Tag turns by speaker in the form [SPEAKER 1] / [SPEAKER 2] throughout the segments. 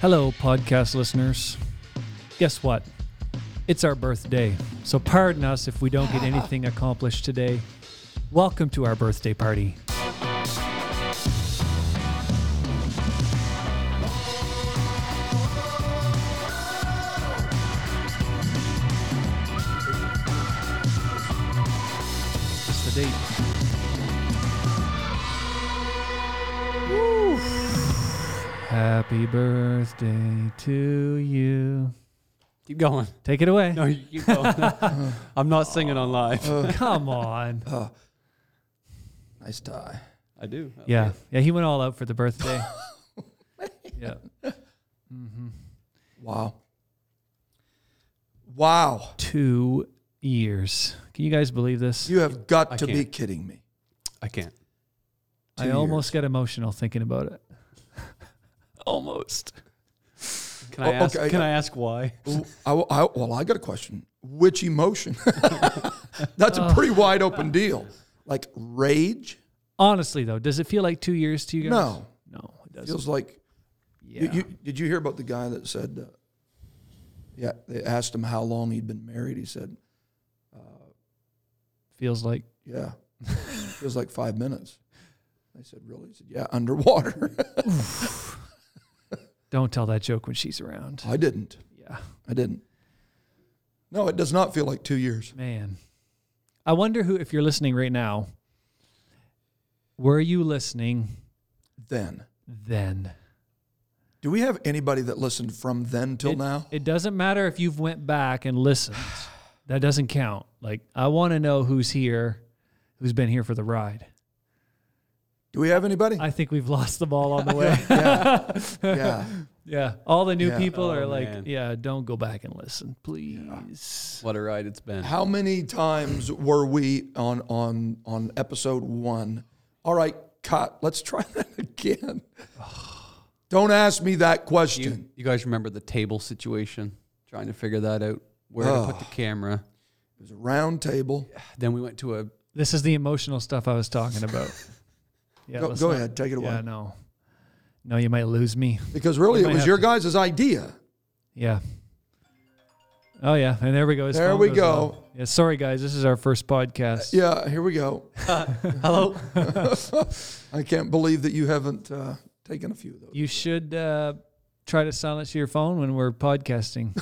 [SPEAKER 1] Hello, podcast listeners. Guess what? It's our birthday. So, pardon us if we don't get anything accomplished today. Welcome to our birthday party. It's the date. Happy birthday to you.
[SPEAKER 2] Keep going.
[SPEAKER 1] Take it away.
[SPEAKER 2] No, you keep going. I'm not singing on live.
[SPEAKER 1] Come on.
[SPEAKER 3] Nice tie.
[SPEAKER 2] I do.
[SPEAKER 1] Yeah, yeah, he went all out for the birthday. yeah,
[SPEAKER 3] Wow. Wow.
[SPEAKER 1] two years. Can you guys believe this?
[SPEAKER 3] You have got
[SPEAKER 2] I
[SPEAKER 3] to be
[SPEAKER 2] can't.
[SPEAKER 3] kidding me.
[SPEAKER 2] I can't.
[SPEAKER 1] I
[SPEAKER 3] two
[SPEAKER 1] almost got emotional thinking about it. almost.
[SPEAKER 2] Can I
[SPEAKER 3] Oh,
[SPEAKER 2] ask?
[SPEAKER 3] okay,
[SPEAKER 2] Can
[SPEAKER 3] I-
[SPEAKER 2] I ask why?
[SPEAKER 3] Ooh, I, I, well, I got a question. Which emotion? That's
[SPEAKER 2] Oh.
[SPEAKER 3] a pretty wide open deal. Like rage?
[SPEAKER 1] Honestly, though, does it feel like two years to you guys?
[SPEAKER 3] No.
[SPEAKER 1] no, it doesn't.
[SPEAKER 3] Feels like.
[SPEAKER 1] yeah.
[SPEAKER 3] you- You, did you hear about the guy that said, uh, yeah, they asked him how long he'd been married? He said, uh,
[SPEAKER 1] feels like
[SPEAKER 3] yeah, feels like five minutes. I said, really? He said, yeah, underwater.
[SPEAKER 1] don't tell that joke when she's around.
[SPEAKER 3] I didn't.
[SPEAKER 1] Yeah,
[SPEAKER 3] I didn't. No, it does not feel like two years.
[SPEAKER 1] man. I wonder who, if you're listening right now, were you listening
[SPEAKER 3] Then.
[SPEAKER 1] then?
[SPEAKER 3] Do we have anybody that listened from then till
[SPEAKER 1] it,
[SPEAKER 3] now?
[SPEAKER 1] It doesn't matter if you've went back and listened. That doesn't count. Like I want to know who's here, who's been here for the ride.
[SPEAKER 3] Do we have anybody?
[SPEAKER 1] I think we've lost the ball on the way.
[SPEAKER 3] yeah. yeah.
[SPEAKER 1] yeah. All the new
[SPEAKER 3] Yeah.
[SPEAKER 1] people
[SPEAKER 2] Oh,
[SPEAKER 1] are like,
[SPEAKER 2] man.
[SPEAKER 1] yeah, don't go back and listen, please.
[SPEAKER 2] What a ride it's been.
[SPEAKER 3] How many times were we on on on episode one? All right, cut. Let's try that again. Don't ask me that
[SPEAKER 2] You,
[SPEAKER 3] question.
[SPEAKER 2] you guys remember the table situation? Trying to figure that out. Where to put the camera.
[SPEAKER 3] It was a round table.
[SPEAKER 2] Then we went to a.
[SPEAKER 1] This is the emotional stuff I was talking about. Yeah,
[SPEAKER 3] Go-
[SPEAKER 1] let's
[SPEAKER 3] go
[SPEAKER 1] not-
[SPEAKER 3] ahead, take it away.
[SPEAKER 1] Yeah, no, no, you might lose me.
[SPEAKER 3] Because really,
[SPEAKER 1] You
[SPEAKER 3] it
[SPEAKER 1] might
[SPEAKER 3] was
[SPEAKER 1] have
[SPEAKER 3] your
[SPEAKER 1] to-
[SPEAKER 3] guys' idea.
[SPEAKER 1] Yeah. Oh yeah, and there we go. His
[SPEAKER 3] There
[SPEAKER 1] phone
[SPEAKER 3] we
[SPEAKER 1] goes
[SPEAKER 3] go.
[SPEAKER 1] off. Yeah, sorry guys, this is our first podcast.
[SPEAKER 3] Yeah, here we go.
[SPEAKER 2] Hello.
[SPEAKER 3] I can't believe that you haven't uh, taken a few of those.
[SPEAKER 1] You should uh, try to silence your phone when we're podcasting.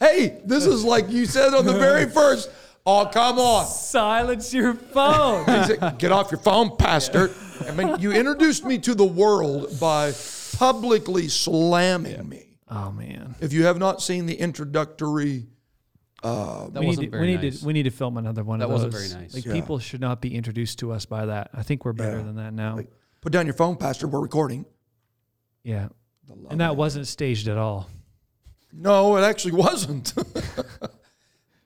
[SPEAKER 3] Hey, this is like you said on the very first. Oh, come on.
[SPEAKER 1] silence your phone.
[SPEAKER 3] He said, Get off your phone, pastor. I mean, you introduced me to the world by publicly slamming me.
[SPEAKER 1] oh man,
[SPEAKER 3] If you have not seen the introductory,
[SPEAKER 2] That
[SPEAKER 1] we need,
[SPEAKER 2] wasn't
[SPEAKER 1] to,
[SPEAKER 2] very
[SPEAKER 1] we need
[SPEAKER 2] nice.
[SPEAKER 1] to we need to film another one of
[SPEAKER 2] That
[SPEAKER 1] those.
[SPEAKER 2] wasn't very nice.
[SPEAKER 1] Like
[SPEAKER 3] Yeah.
[SPEAKER 1] people should not be introduced to us by that. I think we're better
[SPEAKER 3] Yeah.
[SPEAKER 1] than that now.
[SPEAKER 3] like, put down your phone, pastor, we're recording.
[SPEAKER 1] yeah,
[SPEAKER 3] The love
[SPEAKER 1] and that wasn't staged at all.
[SPEAKER 3] No, it actually wasn't.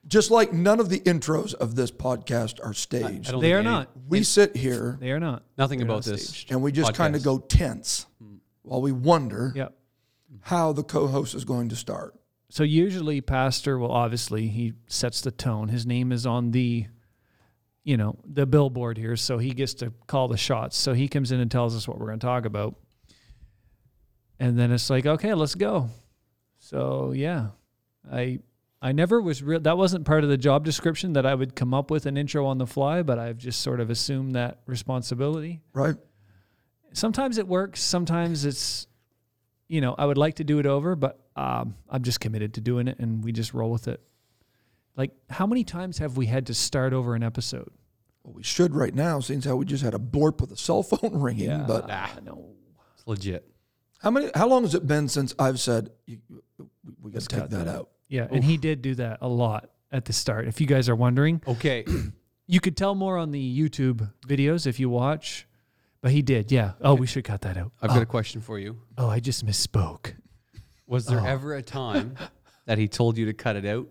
[SPEAKER 3] Just like none of the intros of this podcast are staged.
[SPEAKER 2] I don't
[SPEAKER 1] They
[SPEAKER 2] think
[SPEAKER 1] are
[SPEAKER 2] any-
[SPEAKER 1] not.
[SPEAKER 3] we sit here
[SPEAKER 1] They are not.
[SPEAKER 2] Nothing
[SPEAKER 1] They're not
[SPEAKER 2] about this.
[SPEAKER 1] staged.
[SPEAKER 3] and we just kind of
[SPEAKER 2] Podcast.
[SPEAKER 3] go tense
[SPEAKER 2] Mm.
[SPEAKER 3] while we wonder
[SPEAKER 1] Yeah.
[SPEAKER 3] how the co host is going to start.
[SPEAKER 1] So usually, pastor will obviously he sets the tone. His name is on the, you know, the billboard here, so he gets to call the shots. So he comes in and tells us what we're going to talk about, and then it's like, okay, let's go. So yeah, I I never was real. That wasn't part of the job description that I would come up with an intro on the fly, but I've just sort of assumed that responsibility
[SPEAKER 3] Right?
[SPEAKER 1] sometimes it works sometimes it's you know i would like to do it over but um, i'm just committed to doing it and we just roll with it like how many times have we had to start over an episode
[SPEAKER 3] Well, we should right now, since how we just had a blorp with a cell phone ringing. But
[SPEAKER 1] Ah, no
[SPEAKER 2] It's legit.
[SPEAKER 3] How many? How long has it been since I've said you, we- we got to take
[SPEAKER 1] cut
[SPEAKER 3] that
[SPEAKER 1] that.
[SPEAKER 3] out?
[SPEAKER 1] yeah and he did do that a lot at the start if you guys are wondering
[SPEAKER 2] Okay.
[SPEAKER 1] you could tell more on the youtube videos if you watch but he did yeah oh we should cut that out
[SPEAKER 2] I've got a question for you.
[SPEAKER 1] oh i just misspoke
[SPEAKER 2] Was there ever a time that he told you to cut it out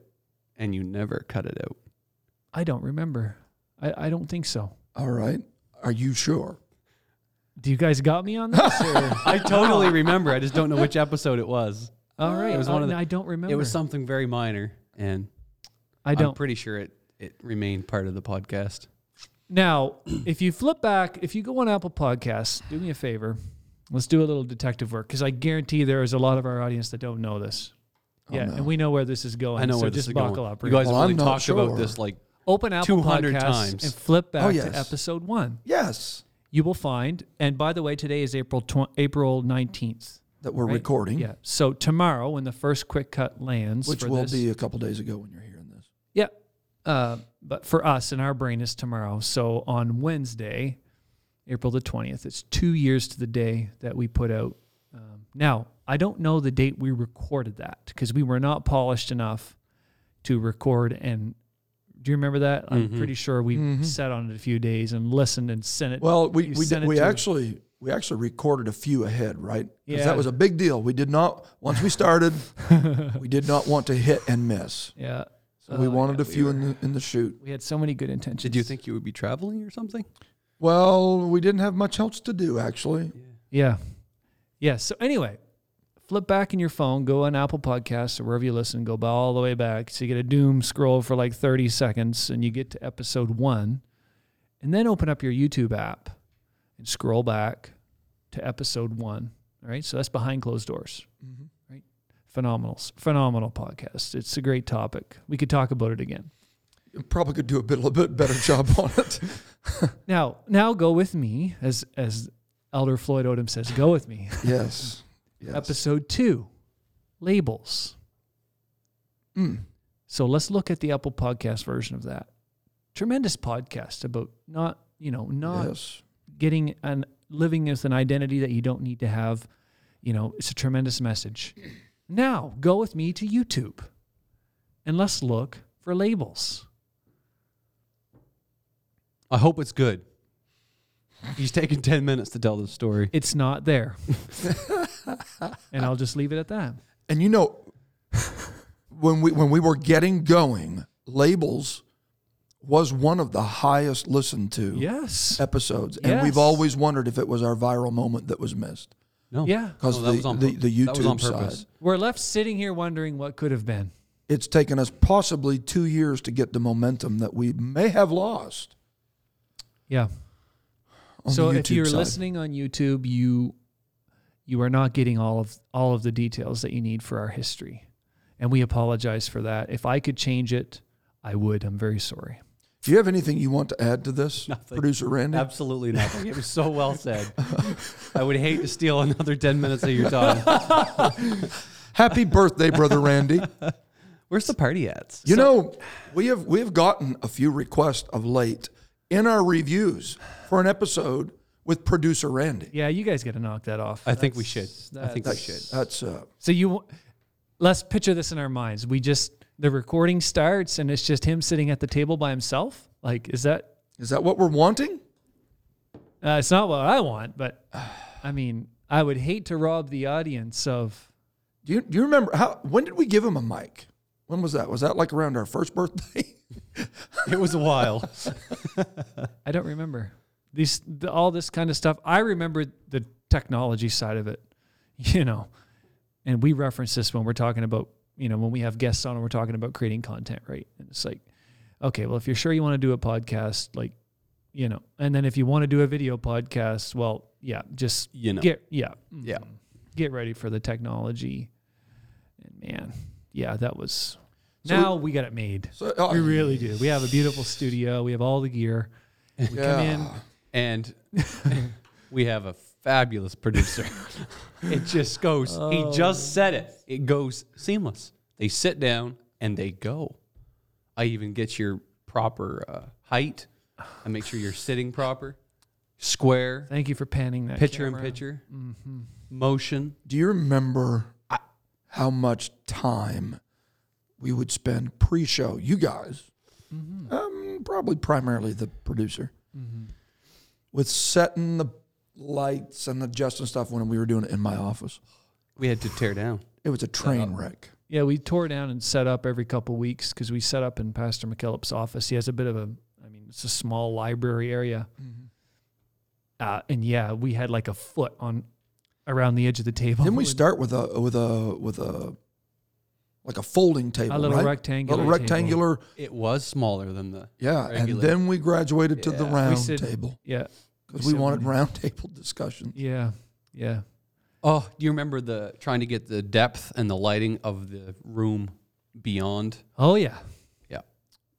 [SPEAKER 2] and you never cut it out?
[SPEAKER 1] i don't remember i, I don't think so
[SPEAKER 3] All right. Are you sure?
[SPEAKER 1] do you guys got me on this or?
[SPEAKER 2] I totally remember. I just don't know which episode it was.
[SPEAKER 1] all right
[SPEAKER 2] It was one of
[SPEAKER 1] I-
[SPEAKER 2] the-
[SPEAKER 1] i don't remember
[SPEAKER 2] It was something very minor, and
[SPEAKER 1] i
[SPEAKER 2] I'm
[SPEAKER 1] don't
[SPEAKER 2] pretty sure it it remained part of the podcast.
[SPEAKER 1] Now, if you flip back, if you go on Apple Podcasts, do me a favor. Let's do a little detective work because I guarantee there is a lot of our audience that don't know this. yeah, and we know where this is going.
[SPEAKER 2] Oh, I know
[SPEAKER 1] so
[SPEAKER 2] where
[SPEAKER 1] just
[SPEAKER 2] this is
[SPEAKER 1] buckle
[SPEAKER 2] going.
[SPEAKER 1] up.
[SPEAKER 2] you guys
[SPEAKER 3] Well,
[SPEAKER 2] have only
[SPEAKER 3] I'm not
[SPEAKER 2] talked about
[SPEAKER 3] sure.
[SPEAKER 2] this like
[SPEAKER 1] Open Apple
[SPEAKER 2] 200
[SPEAKER 1] Podcasts
[SPEAKER 2] times.
[SPEAKER 1] and flip back
[SPEAKER 3] Oh,
[SPEAKER 1] to
[SPEAKER 3] yes.
[SPEAKER 1] episode one.
[SPEAKER 3] Yes,
[SPEAKER 1] You will find. And by the way, today is April tw- April nineteenth.
[SPEAKER 3] that we're recording,
[SPEAKER 1] Yeah. So tomorrow, when the first quick cut lands,
[SPEAKER 3] which
[SPEAKER 1] for
[SPEAKER 3] will
[SPEAKER 1] this-
[SPEAKER 3] be a couple days ago when you're hearing this.
[SPEAKER 1] Yeah. Uh, but for us and our brain is tomorrow. So on Wednesday, April the 20th, it's two years to the day that we put out. Um, now, I don't know the date we recorded that because we were not polished enough to record. And do you remember that?
[SPEAKER 3] Mm-hmm.
[SPEAKER 1] I'm pretty sure we sat on it a few days and listened and sent it.
[SPEAKER 3] Well, we
[SPEAKER 1] You
[SPEAKER 3] we,
[SPEAKER 1] sent
[SPEAKER 3] did,
[SPEAKER 1] it
[SPEAKER 3] we
[SPEAKER 1] to-
[SPEAKER 3] actually we actually recorded a few ahead, right? Because
[SPEAKER 1] Yeah.
[SPEAKER 3] that was a big deal. We did not once we started, we did not want to hit and miss.
[SPEAKER 1] yeah.
[SPEAKER 3] So we
[SPEAKER 1] Oh,
[SPEAKER 3] wanted
[SPEAKER 1] yeah,
[SPEAKER 3] a
[SPEAKER 1] we
[SPEAKER 3] few
[SPEAKER 1] were-
[SPEAKER 3] in the in the shoot.
[SPEAKER 1] We had so many good intentions.
[SPEAKER 2] Did you think you would be traveling or something?
[SPEAKER 3] Well, we didn't have much else to do actually.
[SPEAKER 1] Yeah. Yeah. So anyway, flip back in your phone, go on Apple Podcasts or wherever you listen, go ba- all the way back. So you get a doom scroll for like 30 seconds and you get to episode one. And then open up your YouTube app and scroll back to episode one. All right. So that's behind closed doors. Right. Phenomenal. Phenomenal podcast. It's a great topic. We could talk about it again.
[SPEAKER 3] Probably could do a bit a little bit better job on it.
[SPEAKER 1] Now, now go with me, as as Elder Floyd Odom says, go with me.
[SPEAKER 3] Yes. Yes.
[SPEAKER 1] Episode two, labels.
[SPEAKER 3] Mm.
[SPEAKER 1] So let's look at the Apple Podcast version of that. Tremendous podcast about not, you know, not
[SPEAKER 3] Yes.
[SPEAKER 1] getting and living with an identity that you don't need to have. You know, it's a tremendous message. Now go with me to YouTube and let's look for labels.
[SPEAKER 2] I hope it's good. He's taking 10 minutes to tell this story.
[SPEAKER 1] It's not there. and I'll just leave it at that.
[SPEAKER 3] And you know, when we when we were getting going, labels was one of the highest listened to
[SPEAKER 1] Yes.
[SPEAKER 3] episodes, and
[SPEAKER 1] Yes.
[SPEAKER 3] we've always wondered if it was our viral moment that was missed
[SPEAKER 2] No.
[SPEAKER 1] Yeah.
[SPEAKER 3] because
[SPEAKER 2] No, Oh, that was
[SPEAKER 3] the,
[SPEAKER 2] on
[SPEAKER 3] the
[SPEAKER 2] pur-
[SPEAKER 3] the
[SPEAKER 2] that was on
[SPEAKER 3] YouTube
[SPEAKER 2] purpose.
[SPEAKER 3] side.
[SPEAKER 1] We're left sitting here wondering what could have been.
[SPEAKER 3] It's taken us possibly two years to get the momentum that we may have lost.
[SPEAKER 1] Yeah.
[SPEAKER 3] On
[SPEAKER 1] so
[SPEAKER 3] the
[SPEAKER 1] if you're
[SPEAKER 3] YouTube side.
[SPEAKER 1] listening on YouTube, you you are not getting all of all of the details that you need for our history, and we apologize for that. If I could change it, I would. I'm very sorry.
[SPEAKER 3] Do you have anything you want to add to this,
[SPEAKER 2] Nothing.
[SPEAKER 3] producer Randy?
[SPEAKER 2] Absolutely nothing. It was so well said. I would hate to steal another 10 minutes of your time.
[SPEAKER 3] Happy birthday, brother Randy.
[SPEAKER 2] Where's the party at?
[SPEAKER 3] You know, we have we have gotten a few requests of late in our reviews for an episode with producer Randy.
[SPEAKER 1] Yeah, you guys got to knock that off.
[SPEAKER 2] I think we should. I think we
[SPEAKER 1] that's-
[SPEAKER 2] should.
[SPEAKER 3] That's uh,
[SPEAKER 1] So you let's picture this in our minds. We just the recording starts, and it's just him sitting at the table by himself. Like, is that?
[SPEAKER 3] is that what we're wanting?
[SPEAKER 1] Uh, it's not what I want, but I mean, I would hate to rob the audience of.
[SPEAKER 3] Do you do you remember how when did we give him a mic? When was that? Was that like around our first birthday?
[SPEAKER 2] It was a while.
[SPEAKER 1] I don't remember these the, all this kind of stuff. I remember the technology side of it, you know, and we reference this when we're talking about you know when we have guests on and we're talking about creating content, right? And it's like, okay, well, if you're sure you want to do a podcast, like, you know, and then if you want to do a video podcast, well, yeah, just
[SPEAKER 2] You know.
[SPEAKER 1] get yeah
[SPEAKER 2] Yeah.
[SPEAKER 1] mhm. get ready for the technology, and man, yeah, that was.
[SPEAKER 3] So we-
[SPEAKER 1] now we got it made.
[SPEAKER 3] So, uh,
[SPEAKER 1] We really do. We have a beautiful studio. We have all the gear. We
[SPEAKER 3] Yeah.
[SPEAKER 1] come in,
[SPEAKER 2] And we have a fabulous producer. It just goes,
[SPEAKER 1] Oh.
[SPEAKER 2] he just said it. It goes seamless. They sit down and they go. I even get your proper uh, height. I make sure you're sitting proper, square,
[SPEAKER 1] Thank you for panning that
[SPEAKER 2] picture in
[SPEAKER 1] camera. Mm-hmm.
[SPEAKER 2] picture, motion.
[SPEAKER 3] do you remember how much time we would spend pre-show? You guys, um, probably primarily the producer, with setting the lights and adjusting stuff when we were doing it in my office.
[SPEAKER 2] We had to tear down.
[SPEAKER 3] It was a train wreck.
[SPEAKER 1] Yeah, we tore down and set up every couple weeks because we set up in Pastor McKellop's office. He has a bit of a, I mean, it's a small library area,
[SPEAKER 3] Mm-hmm.
[SPEAKER 1] uh, and yeah, we had like a foot on around the edge of the table.
[SPEAKER 3] Didn't we
[SPEAKER 1] And
[SPEAKER 3] start with a with a with a like a folding table,
[SPEAKER 1] a little
[SPEAKER 3] right?
[SPEAKER 1] rectangular,
[SPEAKER 3] little
[SPEAKER 1] table.
[SPEAKER 3] rectangular.
[SPEAKER 2] It was smaller than the.
[SPEAKER 3] Yeah, and
[SPEAKER 2] Regular.
[SPEAKER 3] then we graduated to the
[SPEAKER 2] Yeah. We
[SPEAKER 3] round
[SPEAKER 1] said-
[SPEAKER 3] table
[SPEAKER 1] Yeah,
[SPEAKER 3] because we
[SPEAKER 1] said
[SPEAKER 3] wanted
[SPEAKER 1] we-
[SPEAKER 3] round table discussion.
[SPEAKER 1] yeah. Yeah.
[SPEAKER 2] Oh, do you remember the trying to get the depth and the lighting of the room beyond?
[SPEAKER 1] Oh yeah.
[SPEAKER 2] Yeah.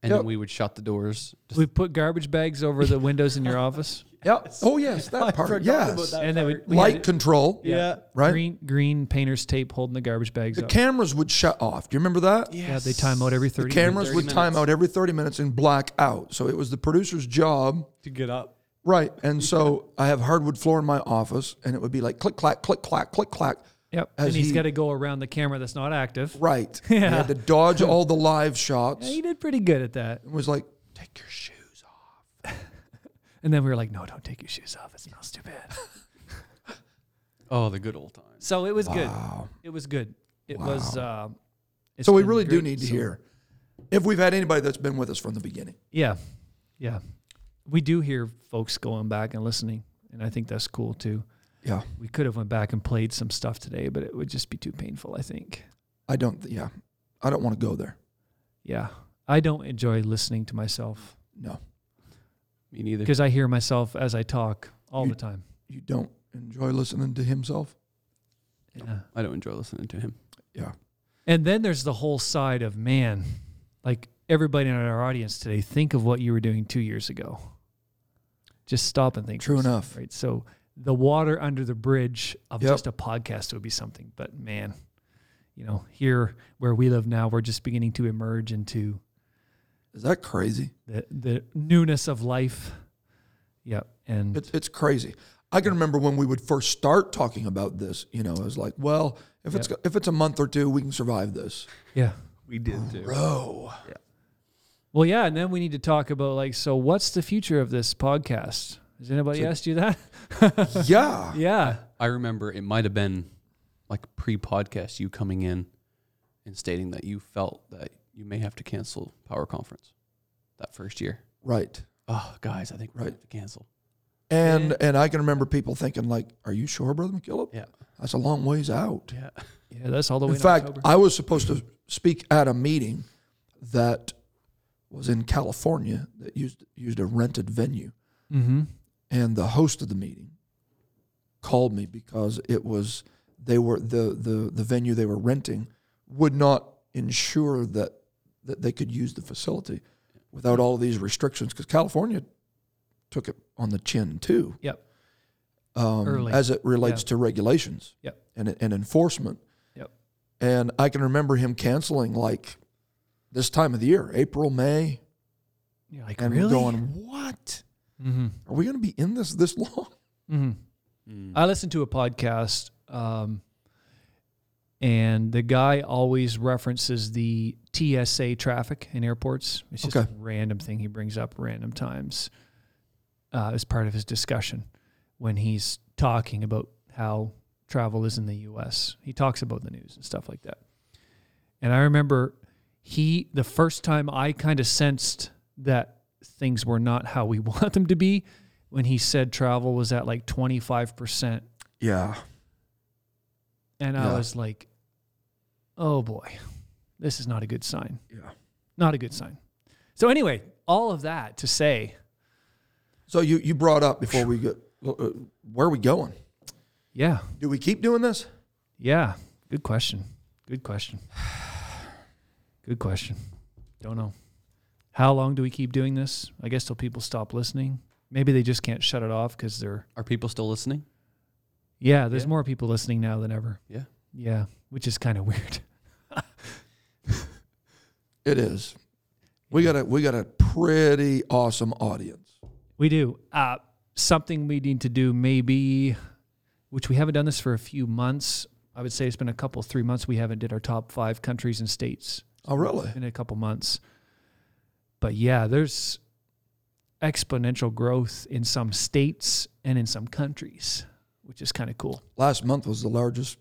[SPEAKER 2] And
[SPEAKER 3] Yep.
[SPEAKER 2] then we would shut the doors. Just-
[SPEAKER 1] We put garbage bags over the windows in your office,
[SPEAKER 3] Yep. Oh yes, that part. Yes.
[SPEAKER 1] and then we, we
[SPEAKER 3] Light
[SPEAKER 1] had
[SPEAKER 3] control.
[SPEAKER 1] Yeah.
[SPEAKER 3] Right.
[SPEAKER 1] green green painter's tape holding the garbage bags
[SPEAKER 3] The
[SPEAKER 1] up.
[SPEAKER 3] cameras would shut off. Do you remember that?
[SPEAKER 1] yeah, they time out every
[SPEAKER 3] The
[SPEAKER 1] thirty.
[SPEAKER 3] cameras
[SPEAKER 2] 30
[SPEAKER 3] would time
[SPEAKER 2] minutes.
[SPEAKER 3] out every 30 minutes and black out. So it was the producer's job.
[SPEAKER 2] to get up.
[SPEAKER 3] Right. And so I have hardwood floor in my office and it would be like click, clack, click, clack, click, clack.
[SPEAKER 1] Yep.
[SPEAKER 3] As
[SPEAKER 1] and he's
[SPEAKER 3] he-
[SPEAKER 1] got to go around the camera that's not active.
[SPEAKER 3] Right. Yeah. I had to dodge all the live shots.
[SPEAKER 1] He did pretty good at that.
[SPEAKER 3] It was like, take your shoes off.
[SPEAKER 1] And then we were like, no, don't take your shoes off. It smells too bad.
[SPEAKER 2] Oh, the good old times.
[SPEAKER 1] So it was
[SPEAKER 3] Wow.
[SPEAKER 1] good. It was good. It was. Uh, it's
[SPEAKER 3] So we
[SPEAKER 1] been
[SPEAKER 3] really do
[SPEAKER 1] great.
[SPEAKER 3] need to
[SPEAKER 1] So-
[SPEAKER 3] hear if we've had anybody that's been with us from the beginning.
[SPEAKER 1] Yeah. Yeah. We do hear folks going back and listening. And I think that's cool too.
[SPEAKER 3] Yeah.
[SPEAKER 1] We could have went back and played some stuff today, but it would just be too painful, I think.
[SPEAKER 3] I don't, th- yeah. I don't want to go there.
[SPEAKER 1] Yeah. I don't enjoy listening to myself
[SPEAKER 3] No.
[SPEAKER 2] Me neither.
[SPEAKER 1] because I hear myself as I talk all
[SPEAKER 3] You-
[SPEAKER 1] the time.
[SPEAKER 3] You don't enjoy listening to himself?
[SPEAKER 1] Yeah.
[SPEAKER 2] I don't enjoy listening to him.
[SPEAKER 3] Yeah.
[SPEAKER 1] And then there's the whole side of man, like everybody in our audience today, think of what you were doing two years ago. Just stop and think. for
[SPEAKER 3] True
[SPEAKER 1] a second,
[SPEAKER 3] enough.
[SPEAKER 1] Right. So the water under the bridge of
[SPEAKER 3] Yep.
[SPEAKER 1] just a podcast would be something. But man, you know, here where we live now, we're just beginning to emerge into
[SPEAKER 3] Is that crazy?
[SPEAKER 1] the, the newness of life. Yep. And
[SPEAKER 3] It's, it's crazy. I can remember when we would first start talking about this. You know, I was like, well, if it's if it's a month or two, we can survive this.
[SPEAKER 1] yeah.
[SPEAKER 2] We did too.
[SPEAKER 3] Bro,
[SPEAKER 1] Well, yeah. And then we need to talk about like, so what's the future of this podcast? Has anybody asked you that?
[SPEAKER 3] yeah,
[SPEAKER 1] yeah.
[SPEAKER 2] I remember it might have been like pre podcast you coming in and stating that you felt that you may have to cancel Power Conference that first year.
[SPEAKER 3] right.
[SPEAKER 2] Oh, guys, I think we're
[SPEAKER 3] Right.
[SPEAKER 2] going to have to cancel.
[SPEAKER 3] And and I can remember people thinking like, "Are you sure, brother McKillop?
[SPEAKER 2] Yeah.
[SPEAKER 3] That's a long ways out."
[SPEAKER 2] Yeah.
[SPEAKER 1] Yeah. That's all the way
[SPEAKER 3] In
[SPEAKER 1] to
[SPEAKER 3] fact,
[SPEAKER 1] October.
[SPEAKER 3] I was supposed to speak at a meeting that was in California that used used a rented venue.
[SPEAKER 1] Mm-hmm.
[SPEAKER 3] and the host of the meeting called me because it was they were the the the venue they were renting would not ensure that that they could use the facility without all these restrictions because California took it on the chin too
[SPEAKER 1] Yep.
[SPEAKER 3] um,
[SPEAKER 1] Early.
[SPEAKER 3] as it relates
[SPEAKER 1] Yeah.
[SPEAKER 3] to regulations
[SPEAKER 1] Yep.
[SPEAKER 3] and and enforcement
[SPEAKER 1] Yep.
[SPEAKER 3] and I can remember him canceling like this time of the year April May
[SPEAKER 1] You're like,
[SPEAKER 3] and
[SPEAKER 1] really?
[SPEAKER 3] we're going what
[SPEAKER 1] mm-hmm.
[SPEAKER 3] are we going to be in this this long
[SPEAKER 1] Mm-hmm.
[SPEAKER 2] Mm.
[SPEAKER 1] I listened to a podcast, um, and the guy always references the TSA traffic in airports. It's just
[SPEAKER 3] Okay.
[SPEAKER 1] a random thing he brings up random times uh, as part of his discussion when he's talking about how travel is in the U.S. He talks about the news and stuff like that. And I remember he the first time I kind of sensed that things were not how we want them to be when he said travel was at like 25%
[SPEAKER 3] yeah
[SPEAKER 1] and I
[SPEAKER 3] Yeah.
[SPEAKER 1] was like oh boy this is not a good sign
[SPEAKER 3] yeah
[SPEAKER 1] not a good sign so anyway all of that to say
[SPEAKER 3] So you you brought up before we get uh, where are we going?
[SPEAKER 1] yeah
[SPEAKER 3] Do we keep doing this?
[SPEAKER 1] yeah good question good question good question don't know how long do we keep doing this i guess till people stop listening maybe they just can't shut it off because they're
[SPEAKER 2] Are people still listening?
[SPEAKER 1] yeah there's
[SPEAKER 2] Yeah.
[SPEAKER 1] more people listening now than ever
[SPEAKER 2] Yeah.
[SPEAKER 1] yeah which is kind of weird
[SPEAKER 3] It is. We got a we got a pretty awesome audience.
[SPEAKER 1] We do. Uh, something we need to do, maybe, which we haven't done this for a few months. I would say it's been a couple, three months. We haven't did our top five countries and states
[SPEAKER 3] Oh really?
[SPEAKER 1] in a couple months. But yeah, there's exponential growth in some states and in some countries, which is kind of cool.
[SPEAKER 3] Last month was the largest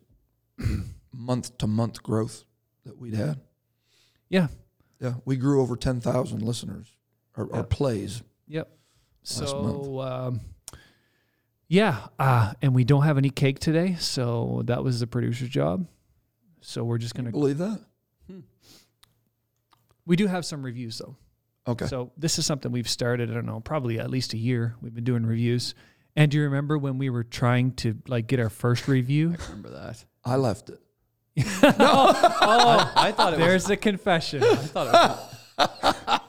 [SPEAKER 3] month to month growth that we'd had.
[SPEAKER 1] Yeah.
[SPEAKER 3] Yeah, we grew over ten thousand listeners or, or
[SPEAKER 1] Yeah.
[SPEAKER 3] plays.
[SPEAKER 1] Yep.
[SPEAKER 3] Last
[SPEAKER 1] So, um, yeah, uh, and we don't have any cake today, so that was the producer's job. So we're just
[SPEAKER 3] Can you
[SPEAKER 1] gonna.
[SPEAKER 3] believe that?
[SPEAKER 1] We do have some reviews though.
[SPEAKER 3] Okay.
[SPEAKER 1] So this is something we've started, I don't know, probably at least a year. We've been doing reviews And do you remember when we were trying to like get our first review?
[SPEAKER 2] Remember that?
[SPEAKER 3] I left it.
[SPEAKER 2] Oh, I, I thought it was.
[SPEAKER 1] There's a confession.
[SPEAKER 2] I thought it was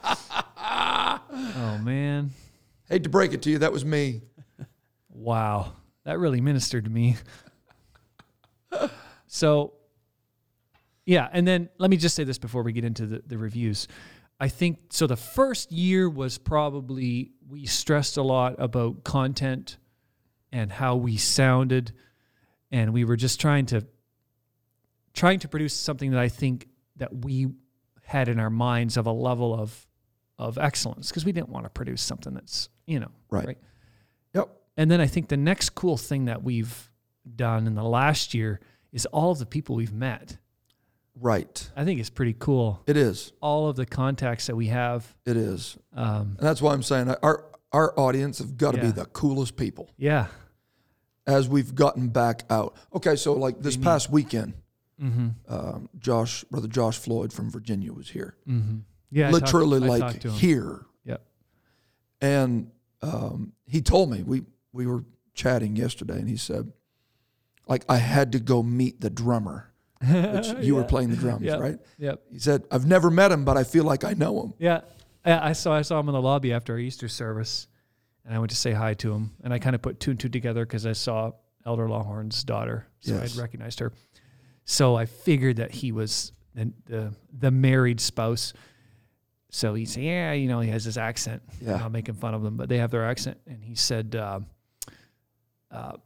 [SPEAKER 1] Oh man.
[SPEAKER 3] Hate to break it to you, that was me.
[SPEAKER 1] Wow. That really ministered to me. so, yeah. And then let me just say this before we get into the, the reviews. I think so. The first year was probably we stressed a lot about content and how we sounded. And we were just trying to trying to produce something that I think that we had in our minds of a level of of excellence because we didn't want to produce something that's you know
[SPEAKER 3] Right.
[SPEAKER 1] right
[SPEAKER 3] Yep.
[SPEAKER 1] and then I think the next cool thing that we've done in the last year is all of the people we've met.
[SPEAKER 3] Right.
[SPEAKER 1] I think it's pretty cool.
[SPEAKER 3] It is.
[SPEAKER 1] All of the contacts that we have.
[SPEAKER 3] It is.
[SPEAKER 1] Um,
[SPEAKER 3] And that's why I'm saying our our audience have got to
[SPEAKER 1] Yeah.
[SPEAKER 3] be the coolest people
[SPEAKER 1] yeah.
[SPEAKER 3] as we've gotten back out. Okay, so like this past weekend,
[SPEAKER 1] Mm-hmm.
[SPEAKER 3] um, Josh, brother Josh Floyd from Virginia was here,
[SPEAKER 1] Mm-hmm. Yeah. I talked-
[SPEAKER 3] literally
[SPEAKER 1] I
[SPEAKER 3] like
[SPEAKER 1] talked to him.
[SPEAKER 3] here,
[SPEAKER 1] Yep.
[SPEAKER 3] and um, he told me we we were chatting yesterday, and he said, like I had to go meet the drummer, which you were
[SPEAKER 1] Yeah.
[SPEAKER 3] playing the drums,
[SPEAKER 1] Yep.
[SPEAKER 3] right?
[SPEAKER 1] Yep.
[SPEAKER 3] He said, I've never met him, but I feel like I know him.
[SPEAKER 1] Yeah. I I saw I saw him in the lobby after our Easter service, and I went to say hi to him, and I kind of put two and two together because I saw Elder Lawhorn's daughter, so
[SPEAKER 3] Yes.
[SPEAKER 1] I'd recognized her. So I figured that he was the the, the married spouse. So he said, "Yeah, you know, he has his accent.
[SPEAKER 3] Yeah.
[SPEAKER 1] I'm not making fun of them, but they have their accent." And he said, uh, uh,